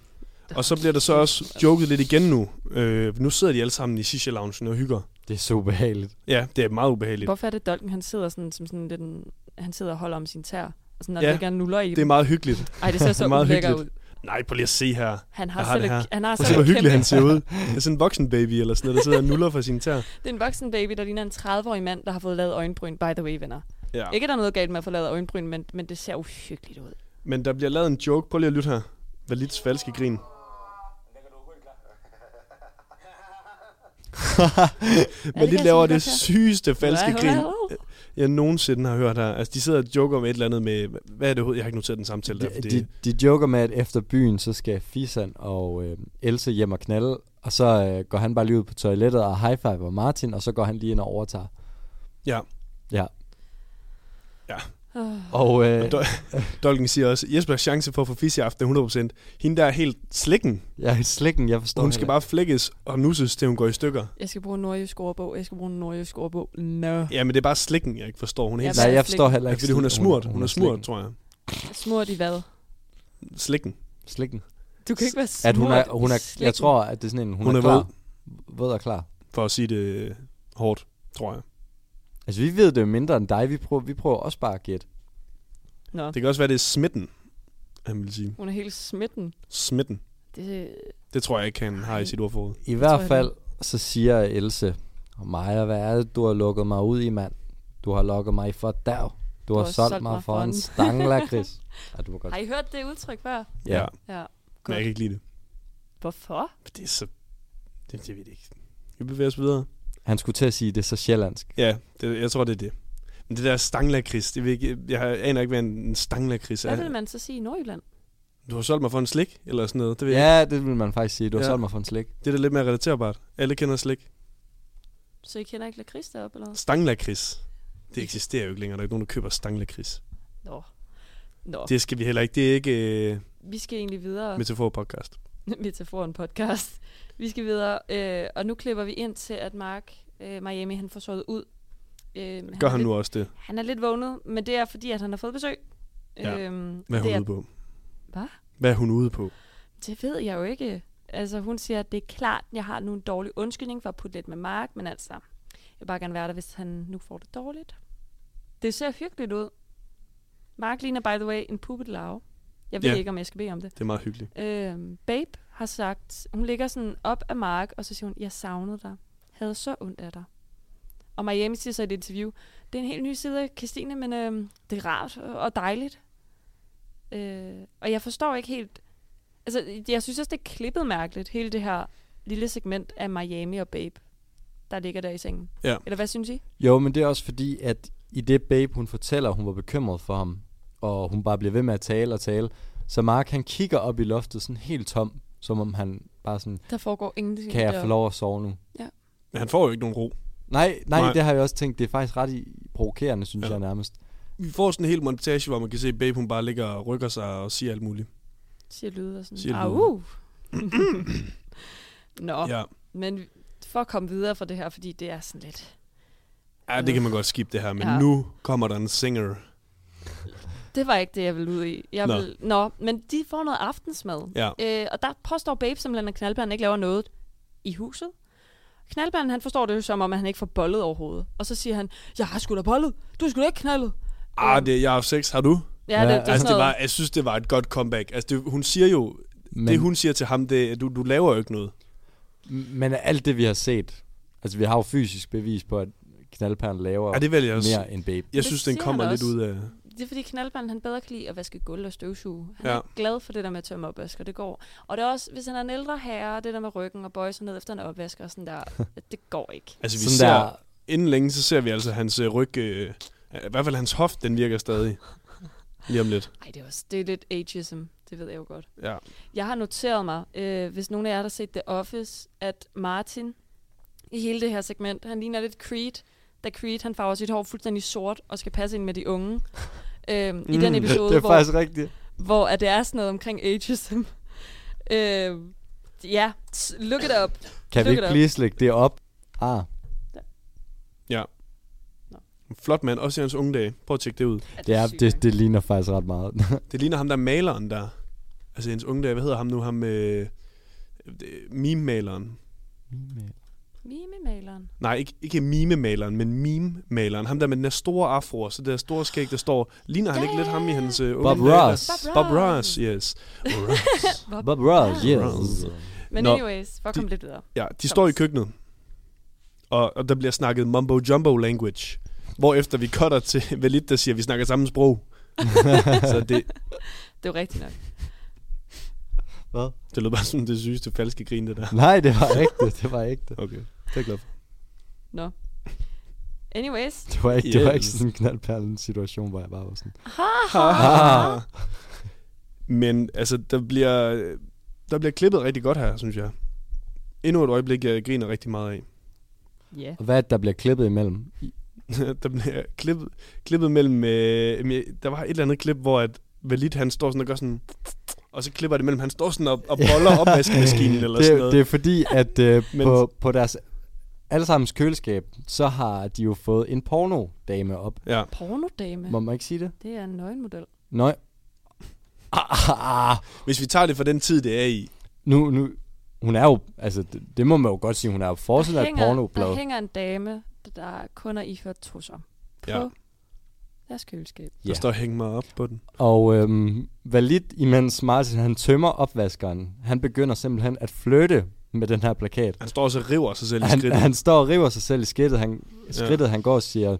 [SPEAKER 2] Og så bliver der så også joket lidt igen nu. Øh, nu sidder de alle sammen i shisha loungen og hygger.
[SPEAKER 3] Det er så ubehageligt.
[SPEAKER 2] Ja, det er meget ubehageligt.
[SPEAKER 4] Hvorfor er det Dolken, han sidder sådan, som sådan lidt en, han sidder og holder om sin tær? Og sådan, og
[SPEAKER 2] Ja,
[SPEAKER 4] ja, ligger nuller i
[SPEAKER 2] Det er meget hyggeligt.
[SPEAKER 4] Ej, det ser så
[SPEAKER 2] meget
[SPEAKER 4] ulækker ud.
[SPEAKER 2] hyggeligt. Nej, prøv lige at se her.
[SPEAKER 4] Han har,
[SPEAKER 2] Jeg har
[SPEAKER 4] selv
[SPEAKER 2] det her.
[SPEAKER 4] et, han har
[SPEAKER 2] Prøv at
[SPEAKER 4] selv
[SPEAKER 2] se, hvor
[SPEAKER 4] et kæmpe,
[SPEAKER 2] hyggelig han ser ud. Det er sådan en voksen baby eller sådan noget, der sidder og nuller for sin tær.
[SPEAKER 4] Det er en voksen baby, der ligner en 30-årig mand, der har fået lavet øjenbryn, by the way, venner.
[SPEAKER 2] Ja.
[SPEAKER 4] Ikke, at der er noget galt med at få lavet øjenbryn, men, men det ser uhyggeligt ud.
[SPEAKER 2] Men der bliver lavet en joke. Prøv lige at lytte her. Valits falske grin. Valit
[SPEAKER 4] jeg
[SPEAKER 2] laver
[SPEAKER 4] simpelthen
[SPEAKER 2] det
[SPEAKER 4] godt
[SPEAKER 2] sygeste falske
[SPEAKER 4] Wow.
[SPEAKER 2] grin, jeg nogensinde har hørt her. Altså, de sidder og joker om et eller andet med... Hvad er det overhovedet? Jeg har ikke noteret den samtale der,
[SPEAKER 3] De,
[SPEAKER 2] fordi...
[SPEAKER 3] de, de joker med, at efter byen, så skal Fisan og øh, Else hjem og knalde, og så øh, går han bare lige ud på toilettet og high fiver Martin, og så går han lige ind og overtager.
[SPEAKER 2] Ja.
[SPEAKER 3] Ja.
[SPEAKER 2] Ja.
[SPEAKER 4] Ah.
[SPEAKER 3] Og øh,
[SPEAKER 2] Dolken siger også, Jespers chance for at få fis i aften er 100%. Hende der er helt slikken.
[SPEAKER 3] jeg er slikken, jeg forstår
[SPEAKER 2] Hun skal
[SPEAKER 3] heller
[SPEAKER 2] bare flækkes og nusses, til hun går i stykker.
[SPEAKER 4] Jeg skal bruge en nordjysk ordbog. Jeg skal bruge en nordjysk ordbog. No.
[SPEAKER 2] Ja, men det er bare slikken, jeg ikke forstår. Hun er helt
[SPEAKER 4] Ja,
[SPEAKER 3] ikke. Nej,
[SPEAKER 4] bare
[SPEAKER 3] jeg forstår
[SPEAKER 4] slikken.
[SPEAKER 3] heller
[SPEAKER 2] ja,
[SPEAKER 3] ikke.
[SPEAKER 2] fordi hun er
[SPEAKER 3] slikken.
[SPEAKER 2] smurt. Hun er smurt,
[SPEAKER 3] slikken.
[SPEAKER 2] tror jeg.
[SPEAKER 4] Smurt i hvad?
[SPEAKER 2] Slikken.
[SPEAKER 3] Slikken.
[SPEAKER 4] Du kan ikke være smurt
[SPEAKER 3] At hun er, hun
[SPEAKER 4] i
[SPEAKER 3] er, jeg
[SPEAKER 4] slikken.
[SPEAKER 3] tror, at det er sådan en, hun,
[SPEAKER 2] Hun
[SPEAKER 3] hun er,
[SPEAKER 2] er
[SPEAKER 3] er klar. Våd og klar.
[SPEAKER 2] For at sige det øh, hårdt, tror jeg.
[SPEAKER 3] Altså, vi ved det jo mindre end dig. Vi prøver, vi prøver også bare at gætte.
[SPEAKER 4] Nå.
[SPEAKER 2] Det kan også være, det er smitten, han vil sige.
[SPEAKER 4] Hun er helt smitten.
[SPEAKER 2] Smitten.
[SPEAKER 4] Det,
[SPEAKER 2] Det tror jeg ikke, han har i sit ordforråd.
[SPEAKER 3] I hvert
[SPEAKER 4] jeg,
[SPEAKER 3] fald, så siger Else, og Maja, hvad er det, du har lukket mig ud i, mand? Du har lukket mig for dag. Du, har solgt mig for en stanglakris. Ej, du må godt...
[SPEAKER 4] har I hørt det udtryk før?
[SPEAKER 3] Ja.
[SPEAKER 4] Ja.
[SPEAKER 2] Men jeg kan ikke lide det.
[SPEAKER 4] Hvorfor?
[SPEAKER 2] For Det er så... Det, det ved jeg ikke. Vi bevæger os videre.
[SPEAKER 3] Han skulle til at sige, det er så sjællandsk.
[SPEAKER 2] Ja, det, jeg tror, det er det. Men det der stanglakris, det ved jeg, ikke- jeg aner ikke, hvad en en stanglakris
[SPEAKER 4] Hvad vil
[SPEAKER 2] er.
[SPEAKER 4] man så sige i Nordjylland?
[SPEAKER 2] Du har solgt mig for en slik, eller sådan noget. Det, ved ja. jeg.
[SPEAKER 3] Ja, det vil man faktisk sige. Du har
[SPEAKER 2] Ja.
[SPEAKER 3] solgt mig for en slik.
[SPEAKER 2] ikke. det er da lidt mere relaterbart. Alle kender slik.
[SPEAKER 4] Så I kender ikke lakrids deroppe, eller hvad?
[SPEAKER 2] Stanglakris. Det eksisterer jo ikke længere. Der er ikke nogen, der køber stanglakris.
[SPEAKER 4] Nå. Nå, det...
[SPEAKER 2] Det skal vi heller ikke. Det er ikke øh,
[SPEAKER 4] vi skal egentlig videre.
[SPEAKER 2] metafor-podcast.
[SPEAKER 4] Metaforen podcast. Vi skal videre, øh, og nu klipper vi ind til, at Mark øh, Miami han får sovet ud. Øh,
[SPEAKER 2] Gør
[SPEAKER 4] er
[SPEAKER 2] han
[SPEAKER 4] lidt,
[SPEAKER 2] nu også det
[SPEAKER 4] Han er lidt vågnet, men det er fordi, at han har fået besøg.
[SPEAKER 2] Ja.
[SPEAKER 4] Øhm,
[SPEAKER 2] Hvad er hun
[SPEAKER 4] det,
[SPEAKER 2] ude på?
[SPEAKER 4] Hvad?
[SPEAKER 2] Hvad er hun ude på?
[SPEAKER 4] det ved jeg jo ikke. Altså, hun siger, at det er klart, jeg har nu en dårlig undskyldning for at putte lidt med Mark, men altså, jeg vil bare gerne være der, hvis han nu får det dårligt. Det ser hyggeligt ud. Mark ligner, by the way, en puppet larve. Jeg ved
[SPEAKER 2] Ja.
[SPEAKER 4] ikke, om jeg skal bede om det.
[SPEAKER 2] Det er meget hyggeligt.
[SPEAKER 4] øh, Babe har sagt, hun ligger sådan op af Mark, og så siger hun, jeg savnede dig. Havde så ondt af dig. Og Miami siger så i et interview, det er en helt ny side af Christine, men øh, det er rart og dejligt. Øh, og jeg forstår ikke helt, altså jeg synes også, det er klippet mærkeligt, hele det her lille segment af Miami og Babe, der ligger der i sengen.
[SPEAKER 2] Ja.
[SPEAKER 4] Eller hvad synes I?
[SPEAKER 3] Jo, men det er også fordi, at i det babe, hun fortæller, hun var bekymret for ham, og hun bare bliver ved med at tale og tale, så Mark, han kigger op i loftet sådan helt tom, som om han bare sådan,
[SPEAKER 4] Der foregår ingenting.
[SPEAKER 3] kan jeg
[SPEAKER 4] deroppe.
[SPEAKER 3] få lov at sove nu?
[SPEAKER 2] Men han får jo ikke nogen ro.
[SPEAKER 3] Nej, nej,
[SPEAKER 2] Nej.
[SPEAKER 3] nej, det har jeg også tænkt, det er faktisk ret i provokerende, synes
[SPEAKER 2] Ja.
[SPEAKER 3] ja. jeg nærmest.
[SPEAKER 2] Vi får sådan en hel montage, hvor man kan se, at Babe hun bare ligger og rykker sig og siger alt muligt.
[SPEAKER 4] Siger lyde og sådan.
[SPEAKER 2] Siger lyde.
[SPEAKER 4] Au! Nå.
[SPEAKER 2] Oh. Ja.
[SPEAKER 4] Men for at komme videre fra det her, fordi det er sådan lidt...
[SPEAKER 2] ja, det kan man godt skippe det her, men ja.
[SPEAKER 4] Ja.
[SPEAKER 2] nu kommer der en singer.
[SPEAKER 4] Det var ikke det, jeg ville ud i. Jeg
[SPEAKER 2] Nå.
[SPEAKER 4] Ville, nå, men de får noget aftensmad.
[SPEAKER 2] Ja.
[SPEAKER 4] Øh, og der påstår Babe simpelthen, at Knaldbæren ikke laver noget i huset. Knaldbæren, han forstår det jo som om, at han ikke får bollet overhovedet. Og så siger han, jeg har sgu da bollet. Du skulle ikke knaldet.
[SPEAKER 2] Ah, det er jeg har sex, har du?
[SPEAKER 4] Ja, det, det, er
[SPEAKER 2] altså,
[SPEAKER 4] sådan
[SPEAKER 2] det
[SPEAKER 4] noget.
[SPEAKER 2] var, jeg synes, det var et godt comeback. Altså, det, hun siger jo, men.
[SPEAKER 3] Men,
[SPEAKER 2] det hun siger til ham, det er, du, du laver jo ikke noget.
[SPEAKER 3] men af alt det, vi har set, altså vi har jo fysisk bevis på, at knaldperlen laver
[SPEAKER 2] Ja, det vælger jeg også.
[SPEAKER 3] mere end babe.
[SPEAKER 2] Jeg
[SPEAKER 4] Det
[SPEAKER 2] synes, den
[SPEAKER 4] siger
[SPEAKER 2] kommer
[SPEAKER 4] han
[SPEAKER 2] lidt
[SPEAKER 4] også.
[SPEAKER 2] ud af...
[SPEAKER 4] det er fordi Knaldbæren, han bedre kan lide at vaske gulv og støvsuge. Han
[SPEAKER 2] Ja.
[SPEAKER 4] ja. er glad for det der med at tømme opvask, og det går. Og det er også, hvis han er en ældre herre, det der med ryggen og bøje sig ned efter en opvask og sådan der, det går ikke.
[SPEAKER 2] Altså, vi
[SPEAKER 3] Sådan
[SPEAKER 2] ser,
[SPEAKER 3] der,
[SPEAKER 2] inden længe, så ser vi altså hans øh, ryg... Øh, I hvert fald hans hoft, den virker stadig. Lige om lidt.
[SPEAKER 4] Ej, det er, også, det er lidt ageism, det ved jeg jo godt.
[SPEAKER 2] Ja.
[SPEAKER 4] Jeg har noteret mig, øh, hvis nogen af jer der har set The Office, at Martin i hele det her segment, han ligner lidt Creed, da Creed han farver sit hår fuldstændig sort og skal passe ind med de unge. Øhm, mm, I den episode,
[SPEAKER 3] det er
[SPEAKER 4] hvor,
[SPEAKER 3] faktisk rigtigt.
[SPEAKER 4] hvor at det er sådan noget omkring ageism. øhm, ja, s- look it up.
[SPEAKER 3] Kan vi
[SPEAKER 4] Look it
[SPEAKER 3] ikke
[SPEAKER 4] up.
[SPEAKER 3] lige slække det op? Ah,
[SPEAKER 2] En Flot mand, også i hans unge dage. Prøv at tjekke det ud.
[SPEAKER 4] Ja,
[SPEAKER 3] det, er,
[SPEAKER 4] sygt
[SPEAKER 3] det,
[SPEAKER 4] nok.
[SPEAKER 3] det ligner faktisk ret meget.
[SPEAKER 2] Det ligner ham, der er maleren der. Altså i hans unge dage, hvad hedder ham nu? Ham øh, øh, meme-maleren.
[SPEAKER 4] Mimemaleren.
[SPEAKER 2] Nej, ikke, ikke mime-maleren, men meme-maleren. Ham der med den der store afro, og så det der store skæg, der står... Ligner han ikke lidt ham i hans øh, unge
[SPEAKER 3] Bob
[SPEAKER 2] dage?
[SPEAKER 3] Ross.
[SPEAKER 4] Bob
[SPEAKER 2] Bob
[SPEAKER 4] Ross.
[SPEAKER 2] Ross, yes. Ross.
[SPEAKER 3] Bob Ross,
[SPEAKER 2] Ross.
[SPEAKER 3] yes.
[SPEAKER 4] Men
[SPEAKER 2] Nå,
[SPEAKER 4] anyways, for at komme
[SPEAKER 2] de-
[SPEAKER 4] lidt videre.
[SPEAKER 2] ja, de står i køkkenet, og, og der bliver snakket mumbo-jumbo language. Hvorefter vi cutter til Valit, der siger, at vi snakker samme sprog. så det,
[SPEAKER 4] Det er jo rigtigt nok.
[SPEAKER 3] Hvad?
[SPEAKER 2] det lød bare som det sygeste falske grin, det der.
[SPEAKER 3] Nej, det var rigtigt, det var ægte.
[SPEAKER 2] Okay, det er jeg glad for.
[SPEAKER 4] Anyways,
[SPEAKER 3] Det var ikke, det var
[SPEAKER 2] Yes.
[SPEAKER 3] ikke sådan en knaldperlen situation, hvor jeg bare var sådan.
[SPEAKER 2] Ah. Men altså, der bliver, der bliver klippet rigtig godt her, synes jeg. Endnu et øjeblik, jeg griner rigtig meget af.
[SPEAKER 4] ja. Yeah.
[SPEAKER 3] Og hvad er det, der bliver klippet imellem?
[SPEAKER 2] der bliver klippet, klippet mellem... Øh, men jeg- der var et eller andet klip, hvor at Valit, han står sådan og gør sådan... Og så klipper det mellem, han står sådan og, og boller opvaskemaskinen eller
[SPEAKER 3] Øh, det,
[SPEAKER 2] sådan noget.
[SPEAKER 3] Det er fordi, at øh,
[SPEAKER 2] Men-
[SPEAKER 3] på, på deres allesammens køleskab, så har de jo fået en porno-dame op.
[SPEAKER 2] Ja.
[SPEAKER 4] Pornodame.
[SPEAKER 3] Må man ikke sige det?
[SPEAKER 4] Det er en nøgenmodel.
[SPEAKER 3] Nej. Ah, ah, ah.
[SPEAKER 2] Hvis vi tager det fra den tid, det er i.
[SPEAKER 3] Nu, nu, hun er jo, altså det, det må man jo godt sige, hun er jo forsiden af et
[SPEAKER 4] hænger,
[SPEAKER 3] pornoblad.
[SPEAKER 4] der hænger en dame, der kun er iført trusser. På
[SPEAKER 2] Ja.
[SPEAKER 4] ja. Jeres køleskab.
[SPEAKER 2] Der står hæng mig op på den.
[SPEAKER 3] Og øhm, validt, imens Martin han tømmer opvaskeren, han begynder simpelthen at flytte med den her plakat.
[SPEAKER 2] Han står også og river sig selv i
[SPEAKER 3] Han,
[SPEAKER 2] skridtet.
[SPEAKER 3] han står og river sig selv i skridtet, han, skridtet, han går og siger... Ja.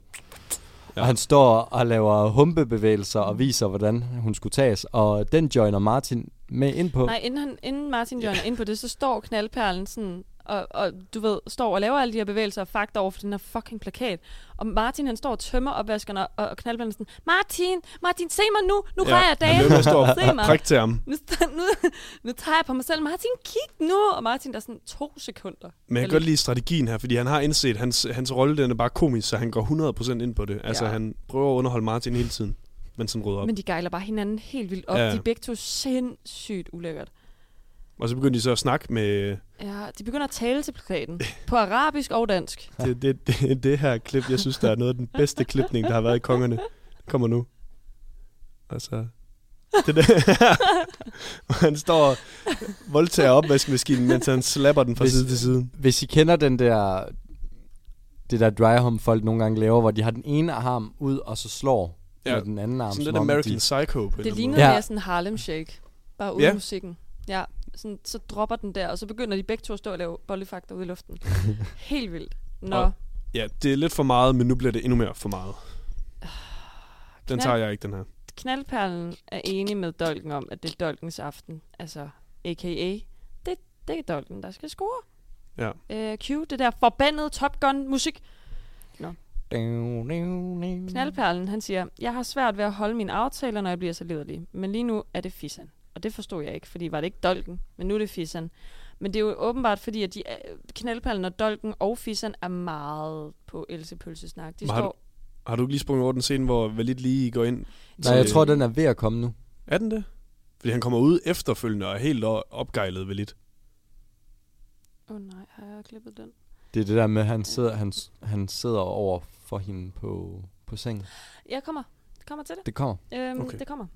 [SPEAKER 2] Ja.
[SPEAKER 3] Og han står og laver humpebevægelser og viser, hvordan hun skulle tages. Og den joiner Martin med ind på.
[SPEAKER 4] Nej, inden, han, inden Martin Jørgen er ind på det, så står knaldperlen sådan, og, og du ved, står og laver alle de her bevægelser og fakter over for den her fucking plakat. Og Martin, han står og tømmer opvaskeren, og, og knaldperlen er sådan, Martin, Martin, se mig nu, nu ja, jeg
[SPEAKER 2] Han
[SPEAKER 4] dagen,
[SPEAKER 2] løber og står
[SPEAKER 4] se
[SPEAKER 2] og
[SPEAKER 4] mig.
[SPEAKER 2] prik til ham.
[SPEAKER 4] Nu, nu, nu tager jeg på mig selv, Martin, kig nu! Og Martin, der er sådan to sekunder.
[SPEAKER 2] Men jeg kan godt lide strategien her, fordi han har indset, at hans, hans rolle den er bare komisk, så han går 100% ind på det. Altså,
[SPEAKER 4] Ja.
[SPEAKER 2] han prøver at underholde Martin hele tiden, men sådan rydder op.
[SPEAKER 4] Men de gejler bare hinanden helt vildt op. Ja.
[SPEAKER 2] Ja.
[SPEAKER 4] De er begge to sindssygt ulækkert.
[SPEAKER 2] Og så begynder de så at snakke med...
[SPEAKER 4] Ja, de begynder at tale til plakaten. På arabisk og dansk.
[SPEAKER 2] Det, det, det, det her klip, jeg synes, der er noget af den bedste klipning, der har været i Kongerne. Kommer nu. Altså... Det der. Hvor han står og voldtager opvaskemaskinen, mens han slapper den fra
[SPEAKER 3] Hvis-
[SPEAKER 2] side til side.
[SPEAKER 3] Hvis I kender den der, det der dry home folk nogle gange laver, hvor de har den ene arm ud, og så slår ja.
[SPEAKER 2] Ja.
[SPEAKER 3] med den anden arm.
[SPEAKER 2] Sådan
[SPEAKER 3] som
[SPEAKER 2] lidt
[SPEAKER 3] om
[SPEAKER 2] American
[SPEAKER 3] de-
[SPEAKER 2] Psycho på en eller
[SPEAKER 4] Det
[SPEAKER 2] anden
[SPEAKER 4] lignede
[SPEAKER 2] måde.
[SPEAKER 3] Ja.
[SPEAKER 4] ja. mere sådan Harlem Shake. Bare uden
[SPEAKER 2] Ja.
[SPEAKER 4] ja. musikken. Ja, sådan, så dropper den der, og så begynder de begge to at stå og lave bollefakter ude i luften. helt vildt. Nå,
[SPEAKER 2] Og Ja, det er lidt for meget, men nu bliver det endnu mere for meget. Den
[SPEAKER 4] Ah, Knald.
[SPEAKER 2] tager jeg ikke, den her.
[SPEAKER 4] knaldperlen er enig med Dolken om, at det er Dolkens aften. Altså, a.k.a. Det, det er Dolken, der skal score.
[SPEAKER 2] Ja.
[SPEAKER 4] Øh, Q, det der forbandede Top Gun-musik. Knaldperlen, han siger, jeg har svært ved at holde mine aftaler, når jeg bliver så lederlig. Men lige nu er det Fisan. Og det forstod jeg ikke, fordi var det ikke Dolken, men nu er det Fisan. Men det er jo åbenbart, fordi at de, er- knaldperlen og Dolken og Fisan er meget på Else Pølsesnak. De
[SPEAKER 2] Har du-
[SPEAKER 4] står,
[SPEAKER 2] Har du ikke lige sprunget over den scene, hvor Valit lige går ind?
[SPEAKER 3] Nej, jeg
[SPEAKER 2] Øh.
[SPEAKER 3] tror, den er ved at komme nu.
[SPEAKER 2] Er den det? Fordi han kommer ud efterfølgende og er helt o- opgejlet Valit.
[SPEAKER 4] åh oh, nej, har jeg klippet den?
[SPEAKER 3] Det er det der med, at han sidder, han, han sidder over for hende på, på sengen.
[SPEAKER 4] Jeg kommer, kommer til det.
[SPEAKER 3] Det kommer.
[SPEAKER 4] Øhm,
[SPEAKER 2] Okay.
[SPEAKER 4] okay. Det kommer.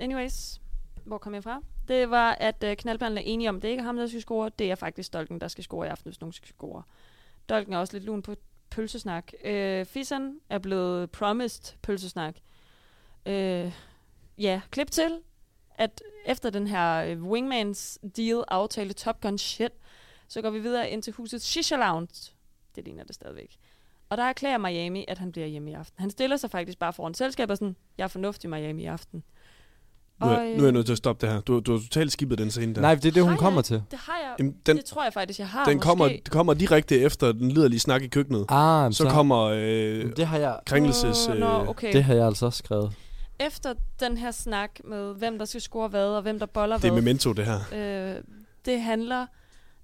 [SPEAKER 4] Anyways, hvor kom jeg fra? Det var, at øh, knaldperlen er enige om, det er ikke ham, der skal score, det er faktisk Dolken, der skal score i aften, hvis nogen skal score. Dolken er også lidt lun på pølsesnak. Øh, Fisan er blevet promised pølsesnak. Øh, ja, klip til, at efter den her øh, Wingmans deal aftale Top Gun shit, så går vi videre ind til huset Shisha Lounge. Det ligner det stadigvæk. Og der erklærer Miami, at han bliver hjemme i aften. Han stiller sig faktisk bare foran selskabet og sådan, jeg er fornuftig Miami i aften.
[SPEAKER 2] Nu
[SPEAKER 4] Og,
[SPEAKER 2] er,
[SPEAKER 4] øh,
[SPEAKER 2] nu er jeg nødt til at stoppe det her. Du, du har totalt skippet den scene der.
[SPEAKER 3] Nej, det er det,
[SPEAKER 4] Har
[SPEAKER 3] hun
[SPEAKER 4] jeg
[SPEAKER 3] kommer
[SPEAKER 4] ikke?
[SPEAKER 3] til.
[SPEAKER 4] Det har jeg.
[SPEAKER 2] Jamen,
[SPEAKER 4] Den,
[SPEAKER 2] den,
[SPEAKER 4] det tror jeg faktisk, jeg har.
[SPEAKER 2] den
[SPEAKER 4] måske.
[SPEAKER 2] kommer, kommer direkte efter den liderlige snak i køkkenet.
[SPEAKER 3] Ah,
[SPEAKER 2] Så kommer øh,
[SPEAKER 3] Det har jeg,
[SPEAKER 2] krænkelses...
[SPEAKER 4] Åh,
[SPEAKER 2] Øh,
[SPEAKER 4] Nå, okay.
[SPEAKER 3] det
[SPEAKER 4] Det.
[SPEAKER 3] har jeg altså også skrevet.
[SPEAKER 4] Efter den her snak med, hvem der skal score hvad, og hvem der boller
[SPEAKER 2] det er
[SPEAKER 4] hvad,
[SPEAKER 2] memento, det her.
[SPEAKER 4] øh, det, handler,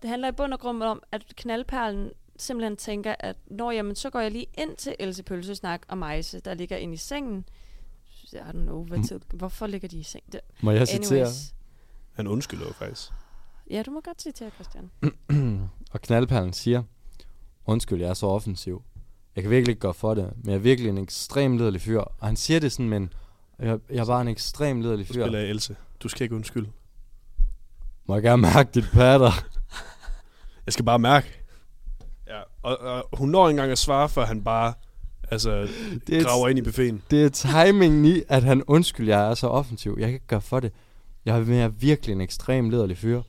[SPEAKER 4] det handler i bund og grund om, at knaldperlen simpelthen tænker, at når jamen, så går jeg lige ind til Else Pølsesnak og Majse, der ligger inde i sengen. Jeg don't know, hvad
[SPEAKER 3] Mm.
[SPEAKER 4] tid, hvorfor ligger de i seng? Det,
[SPEAKER 3] Må jeg citere?
[SPEAKER 4] anyways.
[SPEAKER 2] Han undskylder jo faktisk.
[SPEAKER 4] Ja, du må godt citere, Christian.
[SPEAKER 3] Og knaldperlen siger, undskyld, jeg er så offensiv. Jeg kan virkelig ikke gå for det, men jeg er virkelig en ekstrem lederlig fyr. Og han siger det sådan, men jeg, jeg er bare en ekstrem lederlig
[SPEAKER 2] Du
[SPEAKER 3] fyr.
[SPEAKER 2] spiller jeg Else. Du skal ikke undskylde.
[SPEAKER 3] Må jeg gerne mærke dit patter?
[SPEAKER 2] Jeg skal bare mærke. Ja, og, og hun når ikke engang at svare, før han bare altså,
[SPEAKER 3] Det er et-
[SPEAKER 2] graver ind i buffeten.
[SPEAKER 3] Det er timingen i, at han undskyld, jeg er så offensiv. Jeg kan ikke gøre for det. Jeg er, jeg er virkelig en ekstrem lederlig fyr.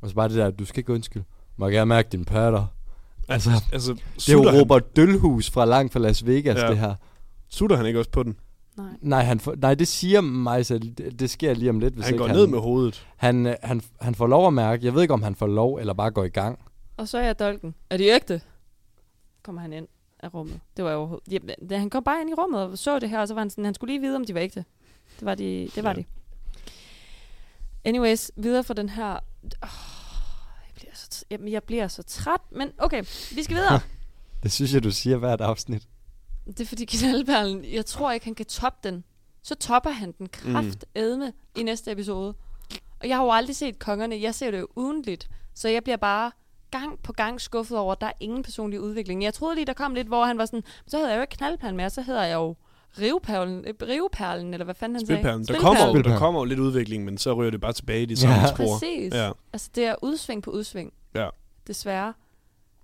[SPEAKER 3] Og så bare det der, du skal ikke undskylde. Må jeg gerne mærke din patter? Altså,
[SPEAKER 2] Altså,
[SPEAKER 3] det er
[SPEAKER 2] sutter,
[SPEAKER 3] jo
[SPEAKER 2] han,
[SPEAKER 3] Robert Dølhus fra langt fra Las Vegas, ja.
[SPEAKER 2] Ja.
[SPEAKER 3] det her.
[SPEAKER 2] sutter han ikke også på den?
[SPEAKER 4] Nej.
[SPEAKER 3] Nej, han for, nej, det siger Majsa, det, det sker lige om lidt. Hvis
[SPEAKER 2] han
[SPEAKER 3] ikke
[SPEAKER 2] går
[SPEAKER 3] han,
[SPEAKER 2] ned med hovedet.
[SPEAKER 3] Han, øh, han, han får lov at mærke. Jeg ved ikke, om han får lov eller bare går i gang.
[SPEAKER 4] Og så er jeg dolken. Er de ægte? Kommer han ind af rummet. Det var jeg overhovedet. Jamen, da han kom bare ind i rummet og så det her, og så var han sådan, han skulle lige vide, om de var ægte. Det var de. Det var
[SPEAKER 2] Ja.
[SPEAKER 4] ja. de. Anyways, videre fra den her... Oh, jeg, bliver så t- Jamen, jeg bliver så træt, men okay, vi skal videre.
[SPEAKER 3] Det synes jeg, du siger hvert afsnit.
[SPEAKER 4] det er fordi Knaldperlen, jeg tror ikke, han kan toppe den. Så topper han den kraft edme i næste episode. Og jeg har jo aldrig set kongerne. Jeg ser det jo ugenligt. Så jeg bliver bare gang på gang skuffet over, at der er ingen personlig udvikling. Jeg troede lige, der kom lidt, hvor han var sådan, så hedder jeg jo ikke knaldperlen mere, så hedder jeg jo rivperlen, øh, rivperlen eller hvad fanden han
[SPEAKER 2] Spilperlen.
[SPEAKER 4] sagde.
[SPEAKER 2] Der kommer, jo,
[SPEAKER 3] Spilperlen.
[SPEAKER 2] der kommer jo lidt udvikling, men så ryger det bare tilbage i de samme
[SPEAKER 3] Ja.
[SPEAKER 2] spor.
[SPEAKER 4] Præcis.
[SPEAKER 2] Ja.
[SPEAKER 4] Altså, det er udsving på udsving.
[SPEAKER 2] Ja.
[SPEAKER 4] Desværre.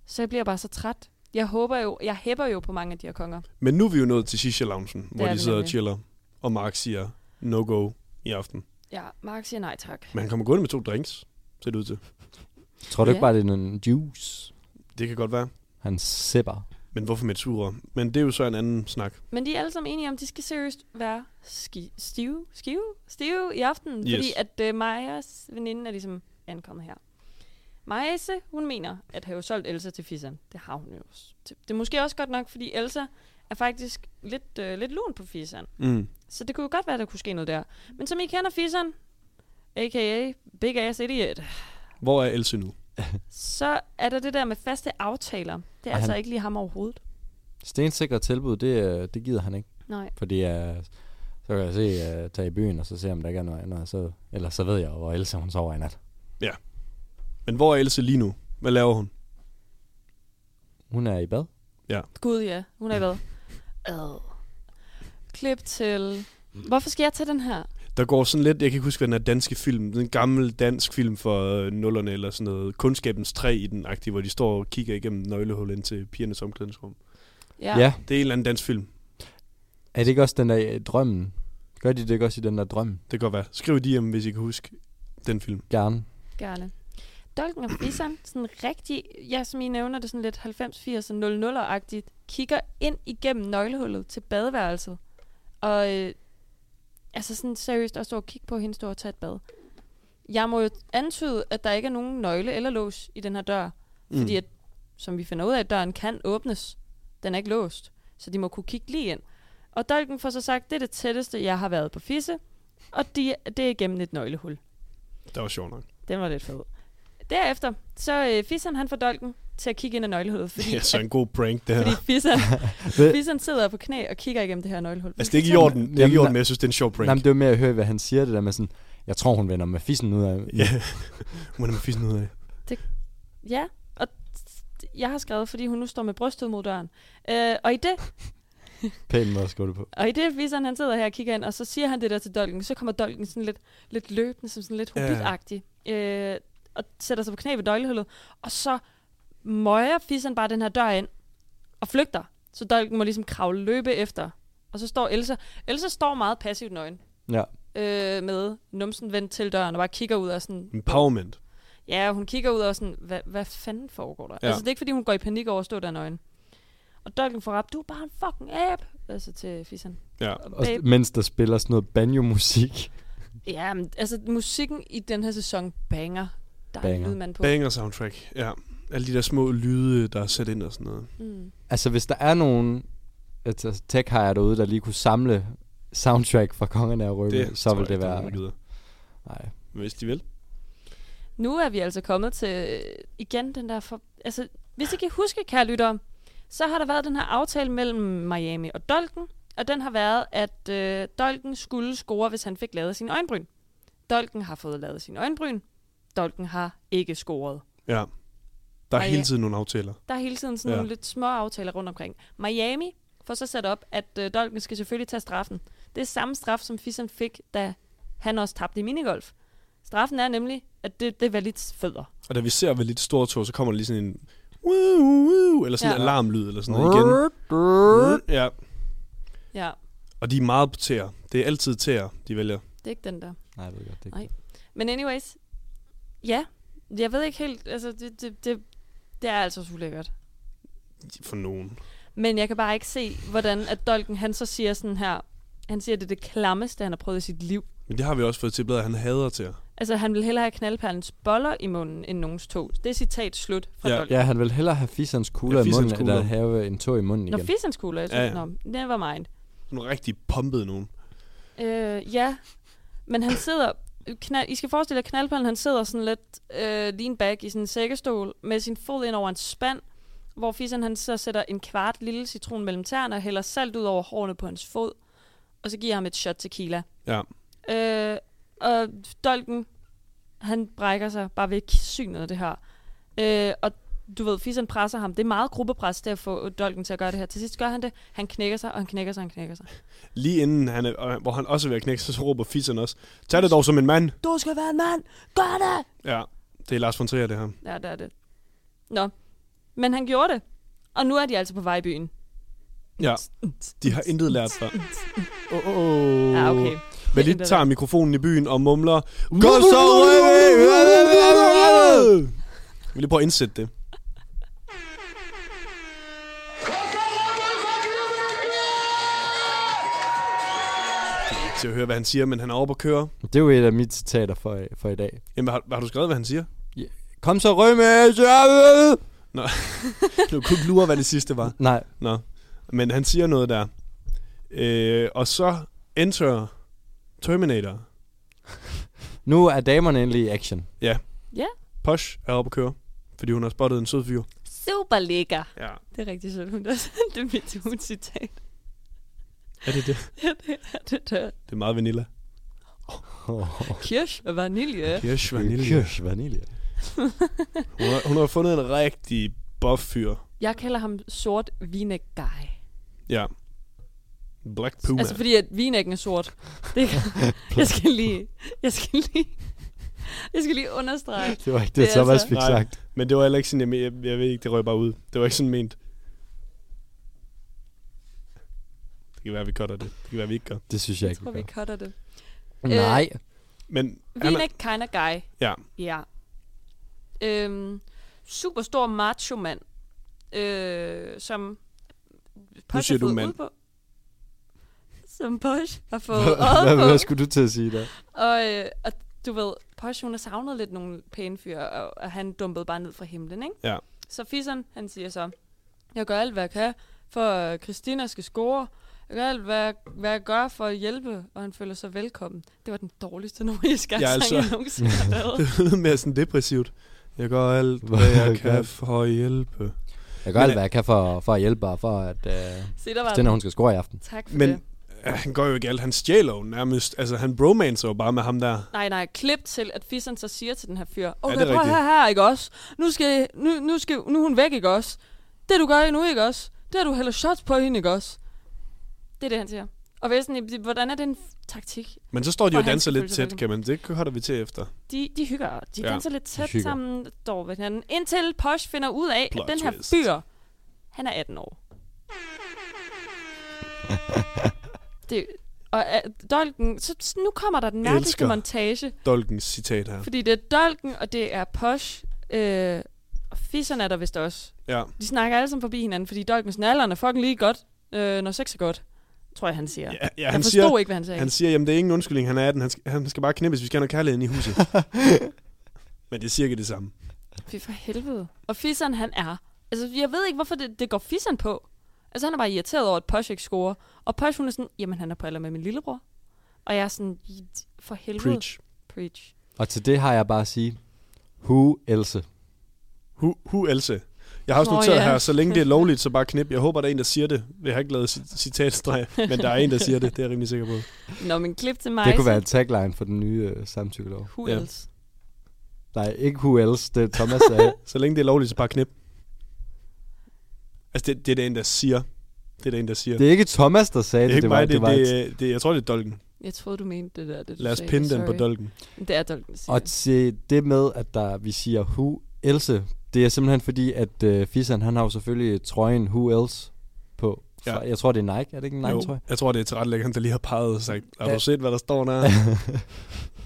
[SPEAKER 4] Så jeg bliver bare så træt. Jeg håber jo, jeg hæpper jo på mange af de her konger.
[SPEAKER 2] Men nu er vi jo nået til shisha loungen hvor
[SPEAKER 4] er
[SPEAKER 2] de
[SPEAKER 4] vi
[SPEAKER 2] sidder og
[SPEAKER 4] nemlig.
[SPEAKER 2] chiller, og Mark siger no go i aften.
[SPEAKER 4] Ja, Mark siger nej tak.
[SPEAKER 2] Men han kommer gående med to drinks, ser det ud til.
[SPEAKER 3] Tror du
[SPEAKER 4] Ja.
[SPEAKER 3] ikke bare, det er en juice?
[SPEAKER 2] Det kan godt være.
[SPEAKER 3] Han sipper.
[SPEAKER 2] Men hvorfor med turer? Men det er jo så en anden snak.
[SPEAKER 4] Men de er alle sammen enige om, at de skal seriøst være ski- stive, stive, stive i aften. Yes. Fordi
[SPEAKER 2] Yes.
[SPEAKER 4] at uh, Majas veninde er ligesom ankommet her. Majase, hun mener at have solgt Elsa til Fisan. Det har hun jo også. Det er måske også godt nok, fordi Elsa er faktisk lidt, øh, lidt lun på Fisan.
[SPEAKER 2] Mm.
[SPEAKER 4] Så det kunne jo godt være, der kunne ske noget der. Men som I kender Fisan, a.k.a. Big Ass Idiot,
[SPEAKER 2] Hvor er Else nu?
[SPEAKER 4] så er der det der med faste aftaler. Det er
[SPEAKER 3] Og
[SPEAKER 4] altså
[SPEAKER 3] han-
[SPEAKER 4] ikke lige ham overhovedet.
[SPEAKER 3] Stensikre tilbud, det, øh, det gider han ikke.
[SPEAKER 4] Nej.
[SPEAKER 3] Fordi uh, så kan jeg se, uh, tage i byen, og så se, om der ikke er noget andet. og Så, ellers så ved jeg jo, hvor Elsa hun sover i nat.
[SPEAKER 2] Men hvor er Else lige nu? Hvad laver hun?
[SPEAKER 3] Hun er i bad.
[SPEAKER 4] Gud ja, hun er i hvad? Ad. Klip til... Hvorfor skal jeg tage den her?
[SPEAKER 2] Der går sådan lidt, jeg kan ikke huske, hvad den er danske film, den gammel dansk film fra øh, nullerne eller sådan noget, Kundskabens træ i den agtige, hvor de står og kigger igennem nøglehul ind til pigernes omklædningsrum.
[SPEAKER 4] Ja.
[SPEAKER 2] Det er en eller anden dansk film,
[SPEAKER 3] Er det ikke også den der øh, drømmen? Gør de det ikke også i den der drøm?
[SPEAKER 2] det kan godt være. Skriv de hjem, hvis I kan huske den film.
[SPEAKER 3] Gerne.
[SPEAKER 4] Gerne. Dolken og Fisseren, sådan rigtig, ja, som I nævner det sådan lidt 90 80 00-agtigt, kigger ind igennem nøglehullet til badeværelset. Og øh, altså sådan seriøst at stå og kigge på hende stå og tage et bad. Jeg må jo antyde, at der ikke er nogen nøgle eller lås i den her dør. Mm. Fordi at, som vi finder ud af, at døren kan åbnes. Den er ikke låst. Så de må kunne kigge lige ind. Og Dolken får så sagt, det er det tætteste, jeg har været på Fisse. Og de, det er igennem et nøglehul.
[SPEAKER 2] Det var sjovt nok.
[SPEAKER 4] Den var lidt fed. Derefter, så øh, Fisan han får dolken til at kigge ind i nøglehullet, fordi,
[SPEAKER 2] Det er så Altså,
[SPEAKER 4] at,
[SPEAKER 2] en god prank, det her.
[SPEAKER 4] fordi Fisan,
[SPEAKER 3] Ved-
[SPEAKER 4] Fisan sidder på knæ og kigger igennem det her nøglehul.
[SPEAKER 2] Altså, det er ikke i orden, det er ikke
[SPEAKER 3] Jamen,
[SPEAKER 2] i orden, men jeg synes, det er en sjov prank.
[SPEAKER 3] Jamen, det var mere at høre, hvad han siger, det der med sådan, jeg tror, hun vender med fissen ud af.
[SPEAKER 2] Ja, hun er med fissen ud af.
[SPEAKER 4] Ja, og t- jeg har skrevet, fordi hun nu står med brystet mod døren. Øh, og i det,
[SPEAKER 3] Pæn måde at skrive det på.
[SPEAKER 4] og i det Fisan han sidder her og kigger ind, og så siger han det der til dolken, så kommer dolken sådan lidt, lidt løbende, som sådan lidt
[SPEAKER 2] Ja.
[SPEAKER 4] hobbitagtig, øh, og sætter sig på knæ ved nøglehullet, og så møjer Fisan bare den her dør ind, og flygter. Så dolken må ligesom kravle løbe efter. Og så står Elsa. Elsa står meget passivt nøgen.
[SPEAKER 3] Ja.
[SPEAKER 4] øh, med numsen vendt til døren og bare kigger ud og sådan...
[SPEAKER 2] Empowerment.
[SPEAKER 4] Ja, hun kigger ud og sådan, hvad, hvad fanden foregår der?
[SPEAKER 2] Ja.
[SPEAKER 4] Ja. Altså, det er ikke, fordi hun går i panik over at stå der nøgen. Og Dolken får rap, du er bare en fucking app! Altså til Fisan.
[SPEAKER 2] Ja.
[SPEAKER 4] Og
[SPEAKER 3] Også,
[SPEAKER 4] babe,
[SPEAKER 3] mens der spiller sådan noget banjo-musik.
[SPEAKER 4] ja, men, altså musikken i den her sæson banger. Der er
[SPEAKER 3] Banger.
[SPEAKER 4] en lydmand på.
[SPEAKER 2] Banger soundtrack, ja. Alle de der små lyde, der er sat ind og sådan noget.
[SPEAKER 4] Mm.
[SPEAKER 3] Altså, hvis der er nogen altså, tech hire derude, der lige kunne samle soundtrack fra Kongen af Rømme, så
[SPEAKER 2] tror
[SPEAKER 3] vil
[SPEAKER 2] jeg
[SPEAKER 3] det
[SPEAKER 2] ikke, der er
[SPEAKER 3] være...
[SPEAKER 2] nogen, der gider.
[SPEAKER 3] Nej.
[SPEAKER 2] Hvis de vil.
[SPEAKER 4] Nu er vi altså kommet til øh, igen den der... For, altså, hvis I kan huske, kære lyttere, så har der været den her aftale mellem Miami og Dolken, og den har været, at øh, Dolken skulle score, hvis han fik lavet sin øjenbryn. Dolken har fået lavet sin øjenbryn. Dolken har ikke scoret.
[SPEAKER 2] Ja. Der er
[SPEAKER 4] Ej,
[SPEAKER 2] hele
[SPEAKER 4] ja.
[SPEAKER 2] tiden nogle aftaler.
[SPEAKER 4] Der er hele tiden sådan ja.
[SPEAKER 2] Ja.
[SPEAKER 4] nogle lidt små aftaler rundt omkring. Miami får så sat op, at øh, Dolken skal selvfølgelig tage straffen. Det er samme straf, som Fissen fik, da han også tabte i minigolf. Straffen er nemlig, at det, det var lidt fødder.
[SPEAKER 2] Og da vi ser ved lidt store tog, så kommer der lige sådan en... Woo, woo, eller sådan en
[SPEAKER 4] Ja.
[SPEAKER 2] alarmlyd eller sådan noget igen. Ja.
[SPEAKER 4] Ja,
[SPEAKER 2] Og de er meget på tæer. Det er altid tæer, de vælger.
[SPEAKER 4] det er ikke den der.
[SPEAKER 3] Nej, jeg ved godt, det er
[SPEAKER 4] Nej.
[SPEAKER 3] ikke.
[SPEAKER 4] Men anyways, ja, jeg ved ikke helt, altså det, det, det, det er altså også ulækkert.
[SPEAKER 2] For nogen.
[SPEAKER 4] Men jeg kan bare ikke se, hvordan at Dolken, han så siger sådan her, han siger, at det er det klammeste, han har prøvet i sit liv.
[SPEAKER 2] Men det har vi også fået etableret, at han hader tæer.
[SPEAKER 4] Altså, han vil hellere have knaldperlens boller i munden end nogens to. Det er citat slut fra
[SPEAKER 2] Ja.
[SPEAKER 4] ja. Dolken.
[SPEAKER 3] Ja, han vil hellere have fissens kugler
[SPEAKER 2] Ja,
[SPEAKER 3] ja, i munden,
[SPEAKER 2] fisserens kugler.
[SPEAKER 3] eller have en tog i munden
[SPEAKER 4] Når
[SPEAKER 3] igen.
[SPEAKER 4] fissens kugler, jeg synes,
[SPEAKER 2] Ja,
[SPEAKER 4] ja,
[SPEAKER 2] ja.
[SPEAKER 4] ja. altså. Nå, never mind.
[SPEAKER 2] Nogle rigtig pumpede nogen.
[SPEAKER 4] Øh, ja, men han sidder... Knal, I skal forestille jer, at knaldperlen, han sidder sådan lidt øh, lean back i sådan en sækkestol med sin fod ind over en spand, hvor Fisan han så sætter en kvart lille citron mellem tæerne og hælder salt ud over hårene på hans fod, og så giver ham et shot tequila.
[SPEAKER 2] Ja.
[SPEAKER 4] Øh, og Dolken, han brækker sig bare ved synet af det her. Øh, og du ved, Fisan presser ham. Det er meget gruppepres til at få Dolken til at gøre det her. Til sidst gør han det. Han knækker sig, og han knækker sig, og han knækker sig.
[SPEAKER 2] Lige inden, han er, og- hvor han også er ved at knække, sig, så råber Fissen også. Tag det dog som en mand.
[SPEAKER 4] Du skal være en mand! Gør det!
[SPEAKER 2] Ja, det er Lars von Trier, det her.
[SPEAKER 4] Ja, det er det. Nå, men han gjorde det. Og nu er de altså på vej i byen.
[SPEAKER 2] Ja, de har intet lært sig. Åh, oh, oh.
[SPEAKER 4] Ja, okay.
[SPEAKER 2] Men lige
[SPEAKER 4] Intet
[SPEAKER 2] tager mikrofonen i byen og mumler. Gå så, Vi lige prøve at indsætte det. Det er ikke til at høre, hvad han siger, men han er oppe at køre.
[SPEAKER 3] Det er jo et af mine citater for, øh, for i dag.
[SPEAKER 2] Jamen, har, har du skrevet, hvad han siger?
[SPEAKER 3] Kom så, Rømme!
[SPEAKER 2] Du kunne ikke lure, hvad det sidste var.
[SPEAKER 3] Nej,
[SPEAKER 2] Nå. Men han siger noget der. Øh, og så enter Terminator.
[SPEAKER 3] nu er damerne endelig i action.
[SPEAKER 2] Posh er oppe at køre, fordi hun har spottet en sød fyr.
[SPEAKER 4] Super lækker.
[SPEAKER 2] Ja.
[SPEAKER 4] Det er rigtig sødt, hun der sendte mit citat.
[SPEAKER 2] Er det det?
[SPEAKER 4] Ja, det er det der.
[SPEAKER 2] Det er meget vanilla.
[SPEAKER 4] Kirsch og vanilje.
[SPEAKER 2] Kirsch
[SPEAKER 3] Kirsch vanilje.
[SPEAKER 2] Hun har, hun har fundet en rigtig buff fyr.
[SPEAKER 4] Jeg kalder ham sort vinæg guy.
[SPEAKER 2] Ja. Black Puma.
[SPEAKER 4] Altså fordi at vinæggen er sort. Det jeg skal lige... Jeg skal lige... Jeg skal lige understrege.
[SPEAKER 3] Det var ikke det,
[SPEAKER 4] Det
[SPEAKER 3] det
[SPEAKER 4] er
[SPEAKER 3] Thomas
[SPEAKER 4] altså-
[SPEAKER 3] fik
[SPEAKER 2] Nej.
[SPEAKER 3] sagt.
[SPEAKER 2] Men det var heller ikke sådan, jeg, jeg, jeg ved ikke, det røg bare ud. Det var ikke sådan ment. Det kan være, vi cutter det. Det kan være, vi ikke gør.
[SPEAKER 3] Det synes jeg
[SPEAKER 4] Jeg
[SPEAKER 3] ikke.
[SPEAKER 4] tror, vi cutter det. Øh,
[SPEAKER 3] Nej.
[SPEAKER 2] Men han er,
[SPEAKER 4] Vinæg kind of guy.
[SPEAKER 2] ja,
[SPEAKER 4] Ja. Øhm, super stor macho mand, øh, som Posh har
[SPEAKER 2] siger du
[SPEAKER 4] fået
[SPEAKER 2] mand.
[SPEAKER 4] ud på. Som Posh har fået
[SPEAKER 3] Hvad, hvad
[SPEAKER 4] øjet på.
[SPEAKER 3] skulle du til at sige der?
[SPEAKER 4] Og, øh, og du ved, Posh hun har savnet lidt nogle pæne fyre, og, og han dumpede bare ned fra himlen, ikke?
[SPEAKER 2] ja.
[SPEAKER 4] Så fisseren, han siger så, jeg gør alt, hvad jeg kan, for at Christina skal score. Jeg gør alt, hvad jeg, hvad jeg gør for at hjælpe, og han føler sig velkommen. Det var den dårligste nordiske
[SPEAKER 2] Ja,
[SPEAKER 4] ja,
[SPEAKER 2] altså.
[SPEAKER 4] sang, jeg nogensinde har lavet.
[SPEAKER 2] Det lyder mere sådan depressivt. Jeg gør alt, hvad jeg kan for at hjælpe.
[SPEAKER 3] Jeg gør
[SPEAKER 2] Men-
[SPEAKER 3] alt, hvad jeg kan for, for at hjælpe og for at... Øh,
[SPEAKER 4] Se, der var
[SPEAKER 3] Stine,
[SPEAKER 4] den.
[SPEAKER 3] hun skal score i aften.
[SPEAKER 4] Tak for
[SPEAKER 2] Men
[SPEAKER 4] det.
[SPEAKER 2] øh, han gør jo ikke alt. Han stjæler jo nærmest. Altså, han bromancer jo bare med ham der.
[SPEAKER 4] Nej, nej, klip til, at fisseren så siger til den her fyr, okay,
[SPEAKER 2] det er
[SPEAKER 4] prøv at
[SPEAKER 2] rigtigt.
[SPEAKER 4] høre her, ikke også? Nu, skal, nu, nu, skal, nu er hun væk, ikke også? Det du gør nu, ikke også? Det har du hælder shots på hende, ikke også? Det er det, han siger. Og hvad er sådan, i- hvordan er den f- taktik?
[SPEAKER 2] Men så står de
[SPEAKER 4] Og
[SPEAKER 2] jo og
[SPEAKER 4] han
[SPEAKER 2] danser
[SPEAKER 4] skal
[SPEAKER 2] lidt
[SPEAKER 4] føle sig
[SPEAKER 2] tæt, kan man. Det holder vi til efter.
[SPEAKER 4] De, de hygger, de
[SPEAKER 2] Ja,
[SPEAKER 4] ja, danser lidt tæt
[SPEAKER 3] hygger.
[SPEAKER 4] sammen dog ved hinanden, indtil Posh finder ud af,
[SPEAKER 2] Plot
[SPEAKER 4] at den her
[SPEAKER 2] twist.
[SPEAKER 4] fyr, han er 18 år. det, og uh, dolken, så, så nu kommer der den
[SPEAKER 2] Elsker.
[SPEAKER 4] mærkeligste montage,
[SPEAKER 2] Dolkens citat her.
[SPEAKER 4] Fordi det er Dolken, og det er Posh, øh, og fisserne er der vist også.
[SPEAKER 2] Ja.
[SPEAKER 4] De snakker alle sammen forbi hinanden, fordi Dolkens nalleren er fucking lige godt, øh, når sex er godt, tror jeg, han siger.
[SPEAKER 2] Ja, ja,
[SPEAKER 4] jeg
[SPEAKER 2] han
[SPEAKER 4] forstod
[SPEAKER 2] siger,
[SPEAKER 4] ikke, hvad han sagde.
[SPEAKER 2] Han siger, jamen det er ingen undskyldning, han er 18, han skal, han skal bare knippes, vi skal have noget kærlighed ind i huset. Men det er cirka det samme.
[SPEAKER 4] Fy for helvede. Og fisseren, han er. Altså, jeg ved ikke, hvorfor det, det går fisseren på. Altså, han er bare irriteret over, at Posh ikke scorer. Og Posh, hun er sådan, jamen, han er på alder med min lillebror. Og jeg er sådan, "I- for helvede.
[SPEAKER 2] Preach.
[SPEAKER 4] Preach.
[SPEAKER 3] Og til det har jeg bare at sige, who else?
[SPEAKER 2] Hu, hu else. Jeg har også
[SPEAKER 4] Nå,
[SPEAKER 2] noteret
[SPEAKER 4] ja.
[SPEAKER 2] her, så længe det er lovligt, så bare knip. Jeg håber, der er en, der siger det. Jeg har ikke lavet cit- citatstreg, men der er en, der siger det. Det er jeg rimelig sikker på.
[SPEAKER 4] Nå, men klip til mig.
[SPEAKER 3] Det kunne
[SPEAKER 4] så-
[SPEAKER 3] være en tagline for den nye øh, samtykkelov.
[SPEAKER 4] Who
[SPEAKER 2] Ja.
[SPEAKER 4] else?
[SPEAKER 3] Nej, ikke who else, det Thomas sagde.
[SPEAKER 2] Så længe det er lovligt, så bare knip. Altså, det, det er der en, der siger. Det er der en, der siger.
[SPEAKER 3] Det er ikke Thomas, der sagde
[SPEAKER 2] det er
[SPEAKER 3] det.
[SPEAKER 2] ikke
[SPEAKER 3] Det var,
[SPEAKER 2] mig,
[SPEAKER 3] det
[SPEAKER 2] det,
[SPEAKER 3] var
[SPEAKER 2] det,
[SPEAKER 3] et,
[SPEAKER 2] det, det, jeg tror, det er dolken.
[SPEAKER 4] Jeg troede, du mente det der. Det, du
[SPEAKER 2] Lad os
[SPEAKER 4] sagde.
[SPEAKER 2] pinde den på
[SPEAKER 4] Sorry.
[SPEAKER 2] dolken.
[SPEAKER 4] Det er Dolken, der siger.
[SPEAKER 3] Og til det med, at der, vi siger who else, det er simpelthen fordi, at øh, Fisan, han har jo selvfølgelig trøjen who else på.
[SPEAKER 2] Ja.
[SPEAKER 3] Ja. Jeg tror, det er Nike. Er det ikke en
[SPEAKER 2] Jo,
[SPEAKER 3] Nike-trøje?
[SPEAKER 2] jeg tror, det er tilrettelæggeren, der lige har peget og sagt, har
[SPEAKER 3] Ja.
[SPEAKER 2] du set, hvad der står der?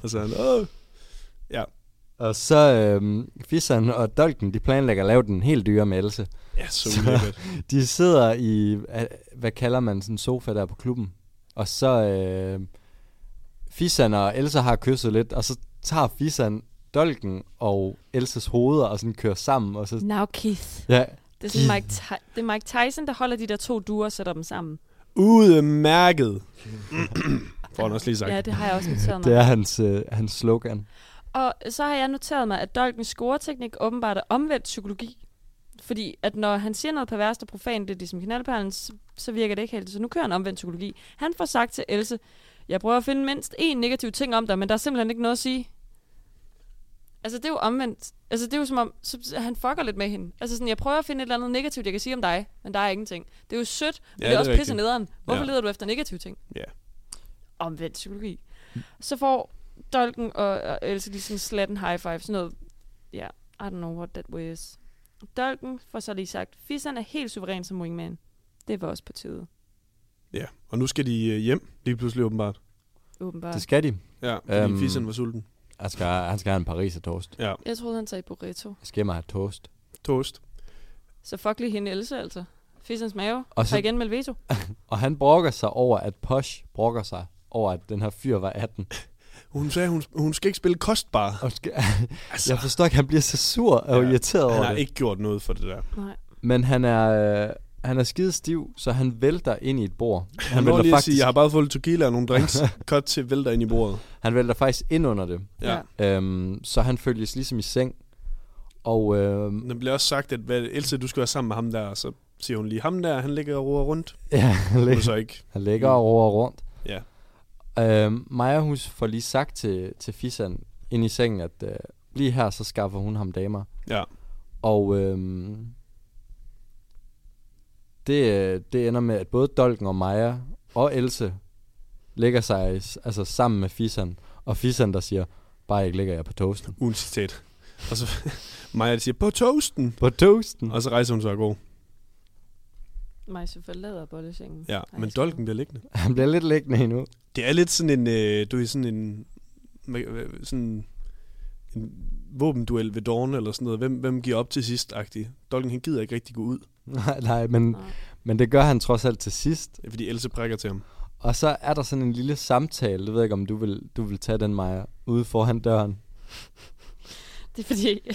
[SPEAKER 2] og så er han, åh,
[SPEAKER 3] Og så øh, Fisan og Dolken, de planlægger at lave den helt dyre med Else.
[SPEAKER 2] ja, så ulækkert.
[SPEAKER 3] De sidder i, øh, hvad kalder man sådan en sofa der på klubben. Og så øh, Fisan og Elsa har kysset lidt, og så tager Fisan Dolken og Elsas hoveder og sådan kører sammen. Og så,
[SPEAKER 4] Now Keith.
[SPEAKER 3] ja,
[SPEAKER 4] Det er, sådan Mike Ty- det er Mike Tyson, der holder de der to duer og sætter dem sammen.
[SPEAKER 2] Udmærket. Får han også lige sagt.
[SPEAKER 4] Ja, det har jeg også noteret
[SPEAKER 3] det
[SPEAKER 4] mig.
[SPEAKER 3] er hans, øh, hans slogan.
[SPEAKER 4] Og så har jeg noteret mig, at Dolkens scoreteknik åbenbart er omvendt psykologi. Fordi at når han siger noget perverst og profan, det er ligesom knaldperlen, så- så virker det ikke helt. Så nu kører han omvendt psykologi. Han får sagt til Else, jeg prøver at finde mindst én negativ ting om dig, men der er simpelthen ikke noget at sige. Altså, det er jo omvendt. Altså, det er jo som om, så, så han fucker lidt med hende. Altså, sådan, jeg prøver at finde et eller andet negativt, jeg kan sige om dig, men der er ingenting. Det er jo sødt, men
[SPEAKER 2] Ja,
[SPEAKER 4] ja, det
[SPEAKER 2] det
[SPEAKER 4] er
[SPEAKER 2] er
[SPEAKER 4] også
[SPEAKER 2] rigtigt.
[SPEAKER 4] pisse nederen. Hvorfor
[SPEAKER 2] Ja.
[SPEAKER 4] ja. leder du efter negative ting?
[SPEAKER 2] Ja.
[SPEAKER 4] Omvendt psykologi. Så får Dolken og, og Else lige sådan slat en high five, sådan noget. Ja, yeah, I don't know what that was. Dolken får så lige sagt, Fisseren er helt suveræn som wingman. Det var også på tide,
[SPEAKER 2] Ja, og nu skal de øh, hjem lige pludselig åbenbart.
[SPEAKER 4] åbenbart.
[SPEAKER 3] Det skal de.
[SPEAKER 2] Ja, fordi
[SPEAKER 3] Øhm.
[SPEAKER 2] fissen var sulten.
[SPEAKER 3] Han skal, han skal have en Paris toast.
[SPEAKER 2] Ja,
[SPEAKER 4] Jeg troede, han sagde burrito.
[SPEAKER 3] Jeg skal mig have toast.
[SPEAKER 2] toast.
[SPEAKER 4] Så fuck lige hende Else, altså. Fissens mave.
[SPEAKER 3] Og
[SPEAKER 4] Og
[SPEAKER 3] så-
[SPEAKER 4] så igen med veto.
[SPEAKER 3] Og han brokker sig over, at Posh brokker sig over, at den her fyr var 18.
[SPEAKER 2] Hun sagde, hun, hun skal ikke spille kostbar.
[SPEAKER 3] Og skal,
[SPEAKER 2] Altså,
[SPEAKER 3] jeg forstår ikke, han bliver så sur og
[SPEAKER 2] Ja,
[SPEAKER 3] irriteret
[SPEAKER 2] han
[SPEAKER 3] over
[SPEAKER 2] har
[SPEAKER 3] det.
[SPEAKER 2] ikke gjort noget for det der.
[SPEAKER 4] Nej.
[SPEAKER 3] Men han er, øh, han er skide stiv, så han vælter ind i et bord. Han,
[SPEAKER 2] Han vil
[SPEAKER 3] vælter,
[SPEAKER 2] lige
[SPEAKER 3] faktisk,
[SPEAKER 2] faktisk... sige, jeg har bare fået lidt tequila og nogle drinks. Cut til vælter ind i bordet.
[SPEAKER 3] han vælter faktisk ind under det.
[SPEAKER 2] Ja. ja.
[SPEAKER 3] Øhm, så han følges ligesom i seng. Og øhm,
[SPEAKER 2] Der bliver også sagt, at hvad, Else, du skal være sammen med ham der. Og så siger hun lige, ham der, han ligger og roer rundt.
[SPEAKER 3] ja,
[SPEAKER 2] Det
[SPEAKER 3] han,
[SPEAKER 2] er
[SPEAKER 3] ligger,
[SPEAKER 2] så ikke.
[SPEAKER 3] han ligger og roer rundt.
[SPEAKER 2] Ja.
[SPEAKER 3] Øhm, Maja Hus får lige sagt til, til Fisan ind i sengen, at øh, lige her, så skaffer hun ham damer.
[SPEAKER 2] Ja.
[SPEAKER 3] Og øhm, det, øh, det ender med, at både Dolken og Maja og Else lægger sig i s- altså, sammen med Fisan. Og Fisan, der siger, bare ikke ligger jeg på toasten.
[SPEAKER 2] Ugen citat. Og så Maja der siger, på toasten.
[SPEAKER 3] På toasten?
[SPEAKER 2] Og så rejser hun sig og går.
[SPEAKER 4] Majse forlader bollesengen.
[SPEAKER 2] Ja,
[SPEAKER 4] Ej,
[SPEAKER 2] men
[SPEAKER 4] skal
[SPEAKER 2] dolken bliver liggende.
[SPEAKER 3] Han bliver lidt liggende endnu.
[SPEAKER 2] Det er lidt sådan en, øh, du ved, sådan en, hvad- hvad- sådan en våbenduel ved Dawn eller sådan noget. Hvem, hvem giver op til sidst, agtig. Dolken, han gider ikke rigtig gå ud,
[SPEAKER 3] Nej, nej, men,
[SPEAKER 4] Nej.
[SPEAKER 3] men det gør han trods alt til sidst.
[SPEAKER 2] fordi Else prikker til ham.
[SPEAKER 3] Og så er der sådan en lille samtale, det ved jeg ikke, om du vil, du vil tage den, Maja, ude foran døren.
[SPEAKER 4] Det er fordi,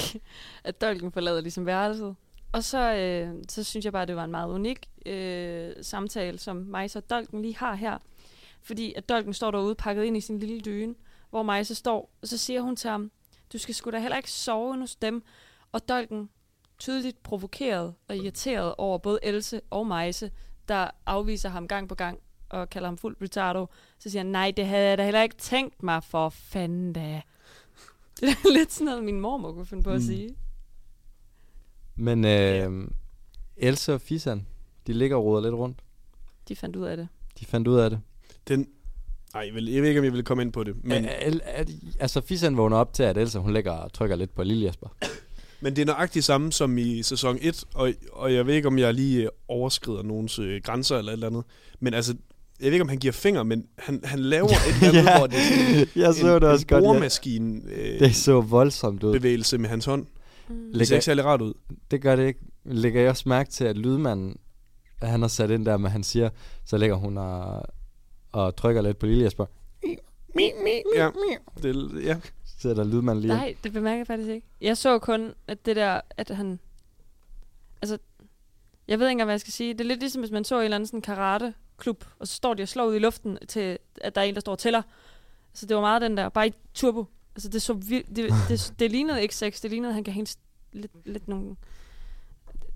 [SPEAKER 4] at dolken forlader ligesom værelset. Og så, øh, så synes jeg bare, at det var en meget unik øh, samtale, som Majse og dolken lige har her. Fordi at dolken står derude pakket ind i sin lille dyne, hvor Majse står, og så siger hun til ham, du skal sgu da heller ikke sove inde hos dem. Og dolken, tydeligt provokeret og irriteret over både Else og Majse, der afviser ham gang på gang og kalder ham fuld retardo, så siger han, nej, det havde jeg da heller ikke tænkt mig for fanden da. Det er lidt sådan noget, min mormor kunne finde på at
[SPEAKER 2] Mm.
[SPEAKER 4] sige.
[SPEAKER 3] Men øh, Else og Fisan, de ligger og roder lidt rundt.
[SPEAKER 4] De fandt ud af det.
[SPEAKER 3] De fandt ud af det.
[SPEAKER 2] Den, nej, jeg, vil, jeg ved ikke, om jeg vil komme ind på det. Men,
[SPEAKER 3] Men, al, al, altså, Fisan vågner op til, at Elsa, hun ligger og trykker lidt på Lille Jesper.
[SPEAKER 2] men det er nøjagtigt samme som i sæson 1, og, og jeg ved ikke, om jeg lige øh, overskrider nogens øh, grænser eller et eller andet. Men altså, jeg ved ikke, om han giver fingre, men han, han laver et eller andet, hvor det er sådan
[SPEAKER 3] jeg så
[SPEAKER 2] en,
[SPEAKER 3] det også
[SPEAKER 2] en
[SPEAKER 3] godt. Ja.
[SPEAKER 2] boremaskine øh,
[SPEAKER 3] Det så voldsomt ud.
[SPEAKER 2] bevægelse med hans hånd. Det ser ikke
[SPEAKER 3] Lægger,
[SPEAKER 2] særlig rart ud.
[SPEAKER 3] det gør det ikke. Lægger jeg også mærke til, at lydmanden, at han har sat ind der, men han siger, så ligger hun og, og trykker lidt på Lille Jesper.
[SPEAKER 2] Ja, det, ja.
[SPEAKER 3] Så Sætter lydmanden lige. ind.
[SPEAKER 4] Nej, det bemærker jeg faktisk ikke. Jeg så kun, at det der, at han... Altså, jeg ved ikke engang, hvad jeg skal sige. Det er lidt ligesom, hvis man så en eller anden sådan karate-klub, og så står de og slår ud i luften til, at der er en, der står og tæller. Så det var meget den der, bare i turbo. Altså, det, så vildt, det, det, det, lignede ikke sex, det lignede, at han kan hænge lidt, lidt nogle,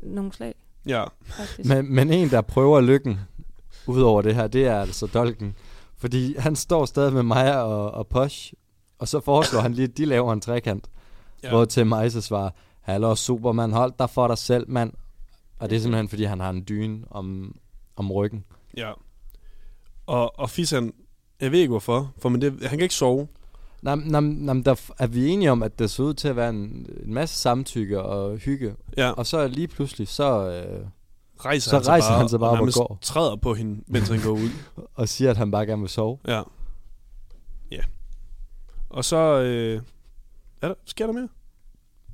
[SPEAKER 4] nogle slag,
[SPEAKER 2] ja.
[SPEAKER 4] faktisk.
[SPEAKER 3] Men, men en, der prøver lykken ud over det her, det er altså Dolken. Fordi han står stadig med Maja og, og Posh, og så foreslår han lige, at de laver en trekant. Ja. Hvor til Majse svarer, Hallo Superman, hold dig for dig selv, mand. Og det er simpelthen, fordi han har en dyne om, om ryggen.
[SPEAKER 2] Ja. Og, og Fisan, jeg ved ikke hvorfor, for men det, han kan ikke sove.
[SPEAKER 3] Nam, nam, nam, der f- er vi enige om, at det så ud til at være en, en masse samtykke og hygge.
[SPEAKER 2] Ja,
[SPEAKER 3] Og så lige pludselig, så øh,
[SPEAKER 2] rejser
[SPEAKER 3] så
[SPEAKER 2] han sig
[SPEAKER 3] rejser
[SPEAKER 2] bare,
[SPEAKER 3] han sig bare op og
[SPEAKER 2] nærmest
[SPEAKER 3] går.
[SPEAKER 2] træder på hende, mens han går ud.
[SPEAKER 3] og siger, at han bare gerne vil sove.
[SPEAKER 2] Ja. Ja. Og så... Øh, er der, sker der mere?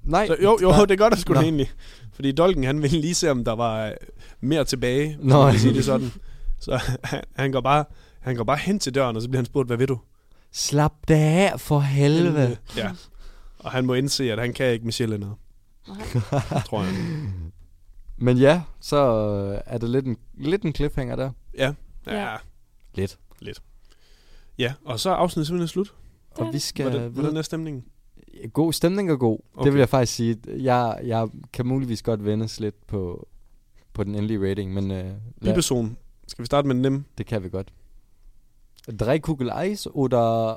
[SPEAKER 3] Nej,
[SPEAKER 2] Så, jo,
[SPEAKER 3] der-
[SPEAKER 2] jo, det gør der sgu
[SPEAKER 3] Nå.
[SPEAKER 2] da egentlig. Fordi Dolken, han ville lige se, om der var øh, mere tilbage,
[SPEAKER 3] Nå.
[SPEAKER 2] Nå. man kan sige det sådan. Så han, han, går bare, han går bare hen til døren, og så bliver han spurgt, hvad ved du? øh,
[SPEAKER 3] Slap da af for helvede.
[SPEAKER 2] Ja. Og han må indse, at han kan ikke Michelle noget. tror jeg.
[SPEAKER 3] Men ja, så øh, er det lidt en, lidt en cliffhanger der.
[SPEAKER 2] Ja.
[SPEAKER 4] Ja.
[SPEAKER 2] ja.
[SPEAKER 3] Lidt.
[SPEAKER 2] Ja, og så er afsnittet simpelthen slut.
[SPEAKER 3] Og vi skal...
[SPEAKER 2] Hvordan, hvordan er stemningen?
[SPEAKER 3] God stemning er god. Okay.
[SPEAKER 2] Okay.
[SPEAKER 3] Det vil jeg faktisk sige. Jeg, jeg kan muligvis godt vendes lidt på, på den endelige rating, men øh, lad,
[SPEAKER 2] Biperson. Skal vi starte med den nemme?
[SPEAKER 3] det kan vi godt. Drei Kugel Eis oder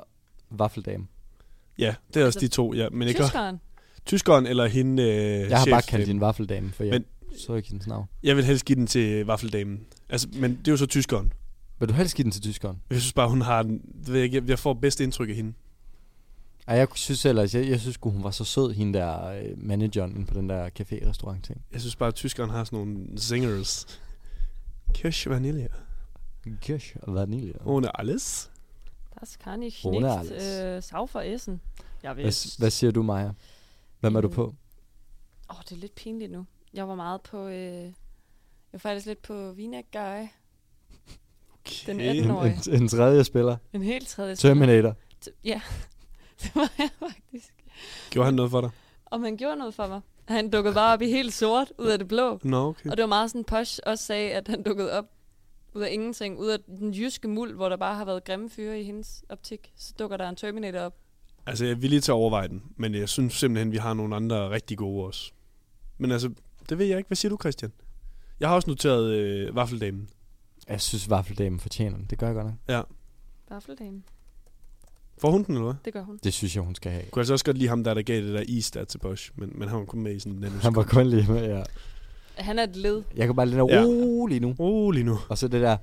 [SPEAKER 3] Waffeldame?
[SPEAKER 2] Ja, det er også
[SPEAKER 4] Altså,
[SPEAKER 2] de to, ja. Men ikke
[SPEAKER 4] Tyskeren.
[SPEAKER 2] Tyskeren eller hende øh,
[SPEAKER 3] Jeg har bare
[SPEAKER 2] chef-
[SPEAKER 3] kaldt hende Waffeldame, for jeg men,
[SPEAKER 2] Men-
[SPEAKER 3] så ikke hendes navn.
[SPEAKER 2] Jeg vil helst give den til Waffeldamen. Altså, men det er jo så tyskeren.
[SPEAKER 3] Vil du helst give den til tyskeren?
[SPEAKER 2] Jeg synes bare, hun har den... det Ved jeg, ikke, jeg får bedst indtryk af hende.
[SPEAKER 3] Ej, jeg synes ellers, jeg, jeg synes sgu, hun var så sød, hende der øh, manageren inde på den der café-restaurant-ting.
[SPEAKER 2] Jeg synes bare, at tyskerne har sådan nogle zingers. Kirsch Vanille.
[SPEAKER 3] Kirsch og vanilje.
[SPEAKER 2] Ohne alles.
[SPEAKER 4] Das kann ich
[SPEAKER 3] Ohne
[SPEAKER 4] nicht
[SPEAKER 3] alles.
[SPEAKER 4] äh, saufer essen. Jeg ved
[SPEAKER 3] Hvad, hvad siger du, Maja? Hvem er du
[SPEAKER 4] Jamen,
[SPEAKER 3] på?
[SPEAKER 4] Åh, oh, det er lidt pinligt nu. Jeg var meget på... Øh, jeg var faktisk lidt på Vina Guy.
[SPEAKER 2] Okay.
[SPEAKER 4] Den 18-årige.
[SPEAKER 3] En, en tredje spiller.
[SPEAKER 4] En helt tredje...
[SPEAKER 3] Terminator.
[SPEAKER 4] T- Ja, det var jeg faktisk.
[SPEAKER 2] Gjorde han noget for dig?
[SPEAKER 4] Og man gjorde noget for mig. Han dukkede bare op i helt sort, ud af det blå.
[SPEAKER 2] Nå, okay.
[SPEAKER 4] Og det var meget sådan, Posh også sagde, at han dukkede op ud af ingenting. Ud af den jyske muld, hvor der bare har været grimme fyre i hendes optik. Så dukker der en Terminator op.
[SPEAKER 2] Altså, jeg er villig til at overveje den, men jeg synes simpelthen, vi har nogle andre rigtig gode også. Men altså, det ved jeg ikke. Hvad siger du, Christian? Jeg har også noteret øh, Vaffeldamen.
[SPEAKER 3] Jeg synes, Vaffeldamen fortjener den. Det gør jeg godt nok.
[SPEAKER 4] Vaffeldame.
[SPEAKER 2] Får hun den, eller hvad?
[SPEAKER 4] Det gør hun.
[SPEAKER 3] Det synes jeg, hun skal have.
[SPEAKER 2] Jeg kunne altså også godt lide ham, der, der gav det der is der til Bosch, men, men han var kun med i sådan en anden
[SPEAKER 3] Han var kun lige med, ja.
[SPEAKER 4] Han er et led.
[SPEAKER 3] Jeg kan bare lidt
[SPEAKER 2] Ja.
[SPEAKER 3] rolig nu.
[SPEAKER 2] Rolig nu.
[SPEAKER 3] Og så det der,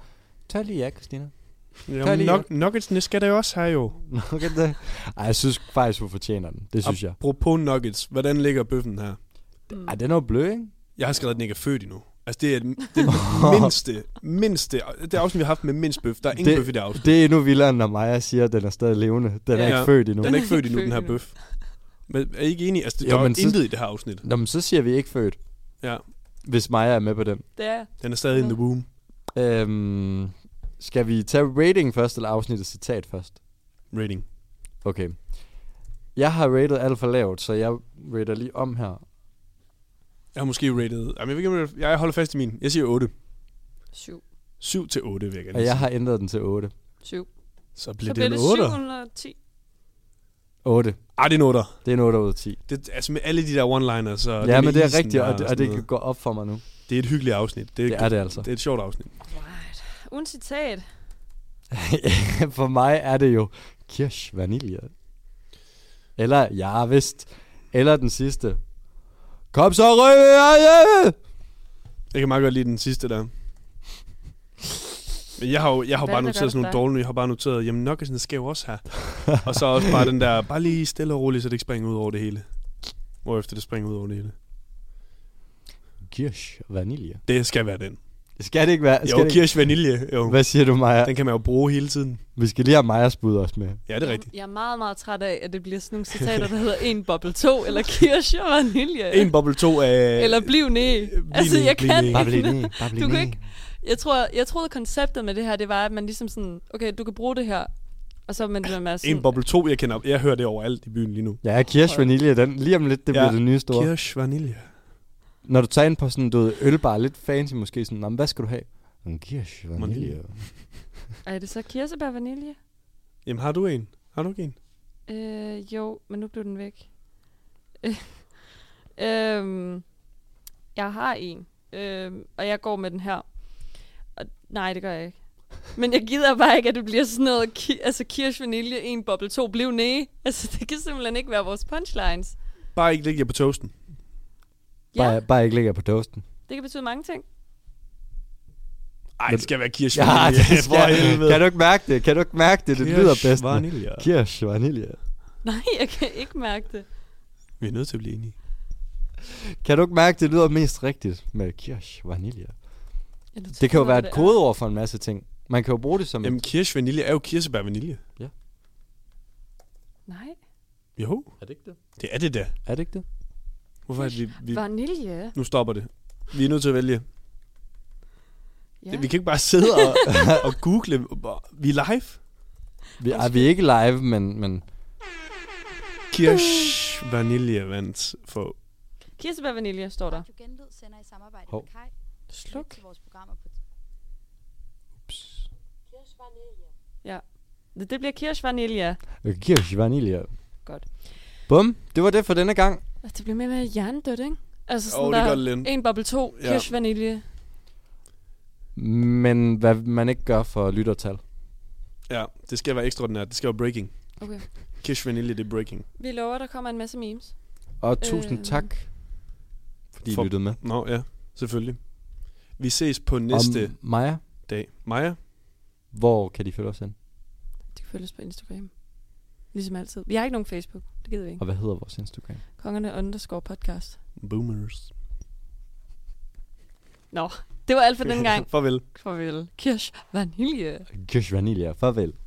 [SPEAKER 3] tør lige ja, Christina.
[SPEAKER 2] Jamen,
[SPEAKER 3] lige-
[SPEAKER 2] nok, nuggetsene skal der jo også have jo.
[SPEAKER 3] Nå, kan det? Ej, jeg synes faktisk, hun fortjener den. Det synes jeg.
[SPEAKER 2] Apropos nuggets, hvordan ligger bøffen her?
[SPEAKER 4] Mm.
[SPEAKER 3] Ej, den er jo blød, ikke?
[SPEAKER 2] Jeg har skrevet, at den ikke er født endnu. Altså, det er det, det mindste, mindste, det afsnit, vi har haft med mindst bøf. Der er ingen det...
[SPEAKER 3] Det-
[SPEAKER 2] bøf i det afsnit.
[SPEAKER 3] Det er endnu vildere, end når Maja siger, at den er stadig levende. Den
[SPEAKER 2] Ja.
[SPEAKER 3] er ikke født endnu.
[SPEAKER 2] Den er ikke født
[SPEAKER 4] Ikke
[SPEAKER 2] endnu, den her
[SPEAKER 4] født endnu.
[SPEAKER 2] bøf. Men er I ikke enige? Altså, det,
[SPEAKER 3] Jo,
[SPEAKER 2] der er
[SPEAKER 3] men
[SPEAKER 2] jo
[SPEAKER 3] så-
[SPEAKER 2] intet i det her afsnit.
[SPEAKER 3] Nå, men så siger vi ikke født,
[SPEAKER 2] Ja,
[SPEAKER 3] hvis Maja er med på den.
[SPEAKER 4] Det er
[SPEAKER 2] den er stadig in the womb.
[SPEAKER 3] Øhm, skal vi tage rating først, eller afsnittets citat først?
[SPEAKER 2] Rating.
[SPEAKER 3] Okay. Jeg har rated alt for lavt, så jeg rater lige om her.
[SPEAKER 2] Jeg har måske rated... Jamen, jeg, ved ikke, om jeg- jeg holder fast i min. Jeg siger 8.
[SPEAKER 4] syv.
[SPEAKER 2] 7 til 8, vil jeg gerne
[SPEAKER 3] Og jeg
[SPEAKER 2] sige.
[SPEAKER 3] har ændret den til 8.
[SPEAKER 4] Syv.
[SPEAKER 2] Så
[SPEAKER 4] Så
[SPEAKER 2] bliver det
[SPEAKER 4] bliver
[SPEAKER 2] en
[SPEAKER 4] det
[SPEAKER 2] 8.
[SPEAKER 4] 710.
[SPEAKER 3] 8.
[SPEAKER 2] Ah, det er en 8.
[SPEAKER 3] Det er en 8 ud af 10.
[SPEAKER 2] Det, altså med alle de der one-liners og...
[SPEAKER 3] Og
[SPEAKER 2] det
[SPEAKER 3] ja, men
[SPEAKER 2] med
[SPEAKER 3] det er
[SPEAKER 2] isen
[SPEAKER 3] rigtigt,
[SPEAKER 2] der
[SPEAKER 3] og det, og
[SPEAKER 2] sådan noget.
[SPEAKER 3] det går op for mig nu.
[SPEAKER 2] Det er et hyggeligt afsnit. Det er,
[SPEAKER 3] Det er det altså.
[SPEAKER 2] Det er et sjovt afsnit.
[SPEAKER 4] Right. Uden citat.
[SPEAKER 3] for mig er det jo kirsch vanilje. Eller, ja, vist. Eller den sidste. Kom så, Røde!
[SPEAKER 2] Jeg kan meget godt lide den sidste der. Men jeg har jo jeg har jo bare
[SPEAKER 4] Hvad er det, der gør
[SPEAKER 2] noteret sådan
[SPEAKER 4] det
[SPEAKER 2] nogle
[SPEAKER 4] for dig?
[SPEAKER 2] dårlige, jeg har bare noteret, jamen nok er sådan skal jo også her. og så også bare den der, bare lige stille og roligt, så det ikke springer ud over det hele. Hvor efter det springer ud over det hele.
[SPEAKER 3] Kirsch vanilje.
[SPEAKER 2] Det skal være den.
[SPEAKER 3] Skal det ikke være? Altså, Skal
[SPEAKER 2] Jo,
[SPEAKER 3] det ikke?
[SPEAKER 2] kirsch vanilje. Jo.
[SPEAKER 3] Hvad siger du, Maja?
[SPEAKER 2] Den kan man jo bruge hele tiden.
[SPEAKER 3] Vi skal lige have Majas bud også med.
[SPEAKER 2] Ja, det er rigtigt.
[SPEAKER 4] Jeg er meget, meget træt af, at det bliver sådan nogle citater, der hedder en boble to, eller kirsch og vanilje.
[SPEAKER 2] En boble to af...
[SPEAKER 4] eller bliv ned. Altså,
[SPEAKER 2] ned,
[SPEAKER 4] jeg
[SPEAKER 2] bliv e,
[SPEAKER 4] kan
[SPEAKER 2] ned.
[SPEAKER 4] ikke.
[SPEAKER 3] Bare bliv ned, bare bliv
[SPEAKER 4] Du kan
[SPEAKER 3] ned.
[SPEAKER 4] ikke- Jeg, tror, jeg troede, konceptet med det her, det var, at man ligesom sådan, okay, du kan bruge det her, og så er man det med sådan,
[SPEAKER 2] En boble to, jeg kender. Jeg hører det overalt i byen lige nu.
[SPEAKER 3] Ja, kirsch vanilje, den, lige om lidt, det
[SPEAKER 2] Ja,
[SPEAKER 3] bliver det nye store.
[SPEAKER 2] Kirsch vanilje.
[SPEAKER 3] Når du tager ind på sådan, du ved, ølbar, lidt fancy måske, sådan, "Nå, men hvad skal du have? En kirsch vanilje.
[SPEAKER 2] Vanilje.
[SPEAKER 4] er det så kirsebær vanilje?
[SPEAKER 2] Jamen, har du en? Har du ikke en?
[SPEAKER 4] Øh, jo, men nu blev den væk. Øh, øhm, jeg har en, øhm, og jeg går med den her. Og, nej, det gør jeg ikke. Men jeg gider bare ikke, at det bliver sådan noget, ki- altså kirsch vanilje, en boble, to bliv næ. Altså, det kan simpelthen ikke være vores punchlines.
[SPEAKER 2] Bare ikke ligge jer på toasten.
[SPEAKER 4] Ja,
[SPEAKER 3] Bare, bare ikke ligger på toasten.
[SPEAKER 4] det kan betyde mange ting.
[SPEAKER 2] Ej,
[SPEAKER 3] Men-
[SPEAKER 2] det skal være kirsch
[SPEAKER 3] Ja,
[SPEAKER 2] vanilje.
[SPEAKER 3] det
[SPEAKER 2] For helvede.
[SPEAKER 3] skal. Kan du ikke mærke det? Kan du ikke mærke det? Det
[SPEAKER 2] Kirsch
[SPEAKER 3] lyder bedst. med
[SPEAKER 2] Vanilje.
[SPEAKER 3] Kirsch vanilje.
[SPEAKER 4] Nej, jeg kan ikke mærke det.
[SPEAKER 2] Vi er nødt til at blive enige.
[SPEAKER 3] Kan du ikke mærke, det lyder mest rigtigt med kirsch vanilje?
[SPEAKER 4] Ja, nu tror
[SPEAKER 3] Det kan jo
[SPEAKER 4] jeg,
[SPEAKER 3] være
[SPEAKER 4] hvad
[SPEAKER 3] et
[SPEAKER 4] det er.
[SPEAKER 3] kodeord for en masse ting. Man kan jo bruge det som
[SPEAKER 2] Jamen,
[SPEAKER 3] Jamen.
[SPEAKER 2] kirsch vanilje er jo kirsebær vanilje.
[SPEAKER 4] Nej,
[SPEAKER 2] Jo.
[SPEAKER 3] Er det ikke det?
[SPEAKER 2] Det er det da.
[SPEAKER 3] Er det ikke det?
[SPEAKER 2] Hvorfor er det, vi, vi...
[SPEAKER 4] vanilje.
[SPEAKER 2] Nu stopper det. Vi er nødt til at vælge.
[SPEAKER 4] Ja.
[SPEAKER 2] Ja. Vi kan ikke bare sidde og, og google. Vi er live.
[SPEAKER 3] Vi, er vi er ikke live, men, men
[SPEAKER 2] Kirsch vanilje vandt for...
[SPEAKER 4] Kirsebær vanilje står der.
[SPEAKER 1] Radio Genlyd sender i samarbejde
[SPEAKER 3] Hov.
[SPEAKER 1] med Kai. Lyt
[SPEAKER 4] Sluk.
[SPEAKER 1] til vores programmer på
[SPEAKER 4] Det det bliver kirsch vanilje.
[SPEAKER 3] kirsch vanilje.
[SPEAKER 4] Godt.
[SPEAKER 3] Bum, det var det for denne gang.
[SPEAKER 4] Altså, Det bliver mere med hjernedødt, ikke? Altså sådan
[SPEAKER 2] Åh, oh, det
[SPEAKER 4] der,
[SPEAKER 2] gør det lidt.
[SPEAKER 4] en boble to,
[SPEAKER 2] Ja.
[SPEAKER 4] kirsch vanilje.
[SPEAKER 3] Men hvad man ikke gør for lyttertal.
[SPEAKER 2] Ja, det skal være ekstraordinært. Det skal være breaking.
[SPEAKER 4] Okay.
[SPEAKER 2] Kirsch vanilje, det er breaking.
[SPEAKER 4] Vi lover, der kommer en masse memes.
[SPEAKER 3] Og tusind
[SPEAKER 4] Øhm.
[SPEAKER 3] tak, fordi I
[SPEAKER 2] For-
[SPEAKER 3] lyttede med.
[SPEAKER 2] Nå, ja. Selvfølgelig. Vi ses på næste
[SPEAKER 3] Og Maja,
[SPEAKER 2] dag. Maja?
[SPEAKER 3] hvor kan de følge os hen?
[SPEAKER 4] De kan følges på Instagram. Ligesom altid. Vi har ikke nogen Facebook. Det gider vi ikke.
[SPEAKER 3] Og hvad hedder vores Instagram?
[SPEAKER 4] Kongerne underscore podcast.
[SPEAKER 2] Boomers.
[SPEAKER 4] Nå, det var alt for den gang.
[SPEAKER 2] Farvel.
[SPEAKER 4] Farvel. Kirsch Vanilje.
[SPEAKER 3] Kysh Vanilla. Farvel.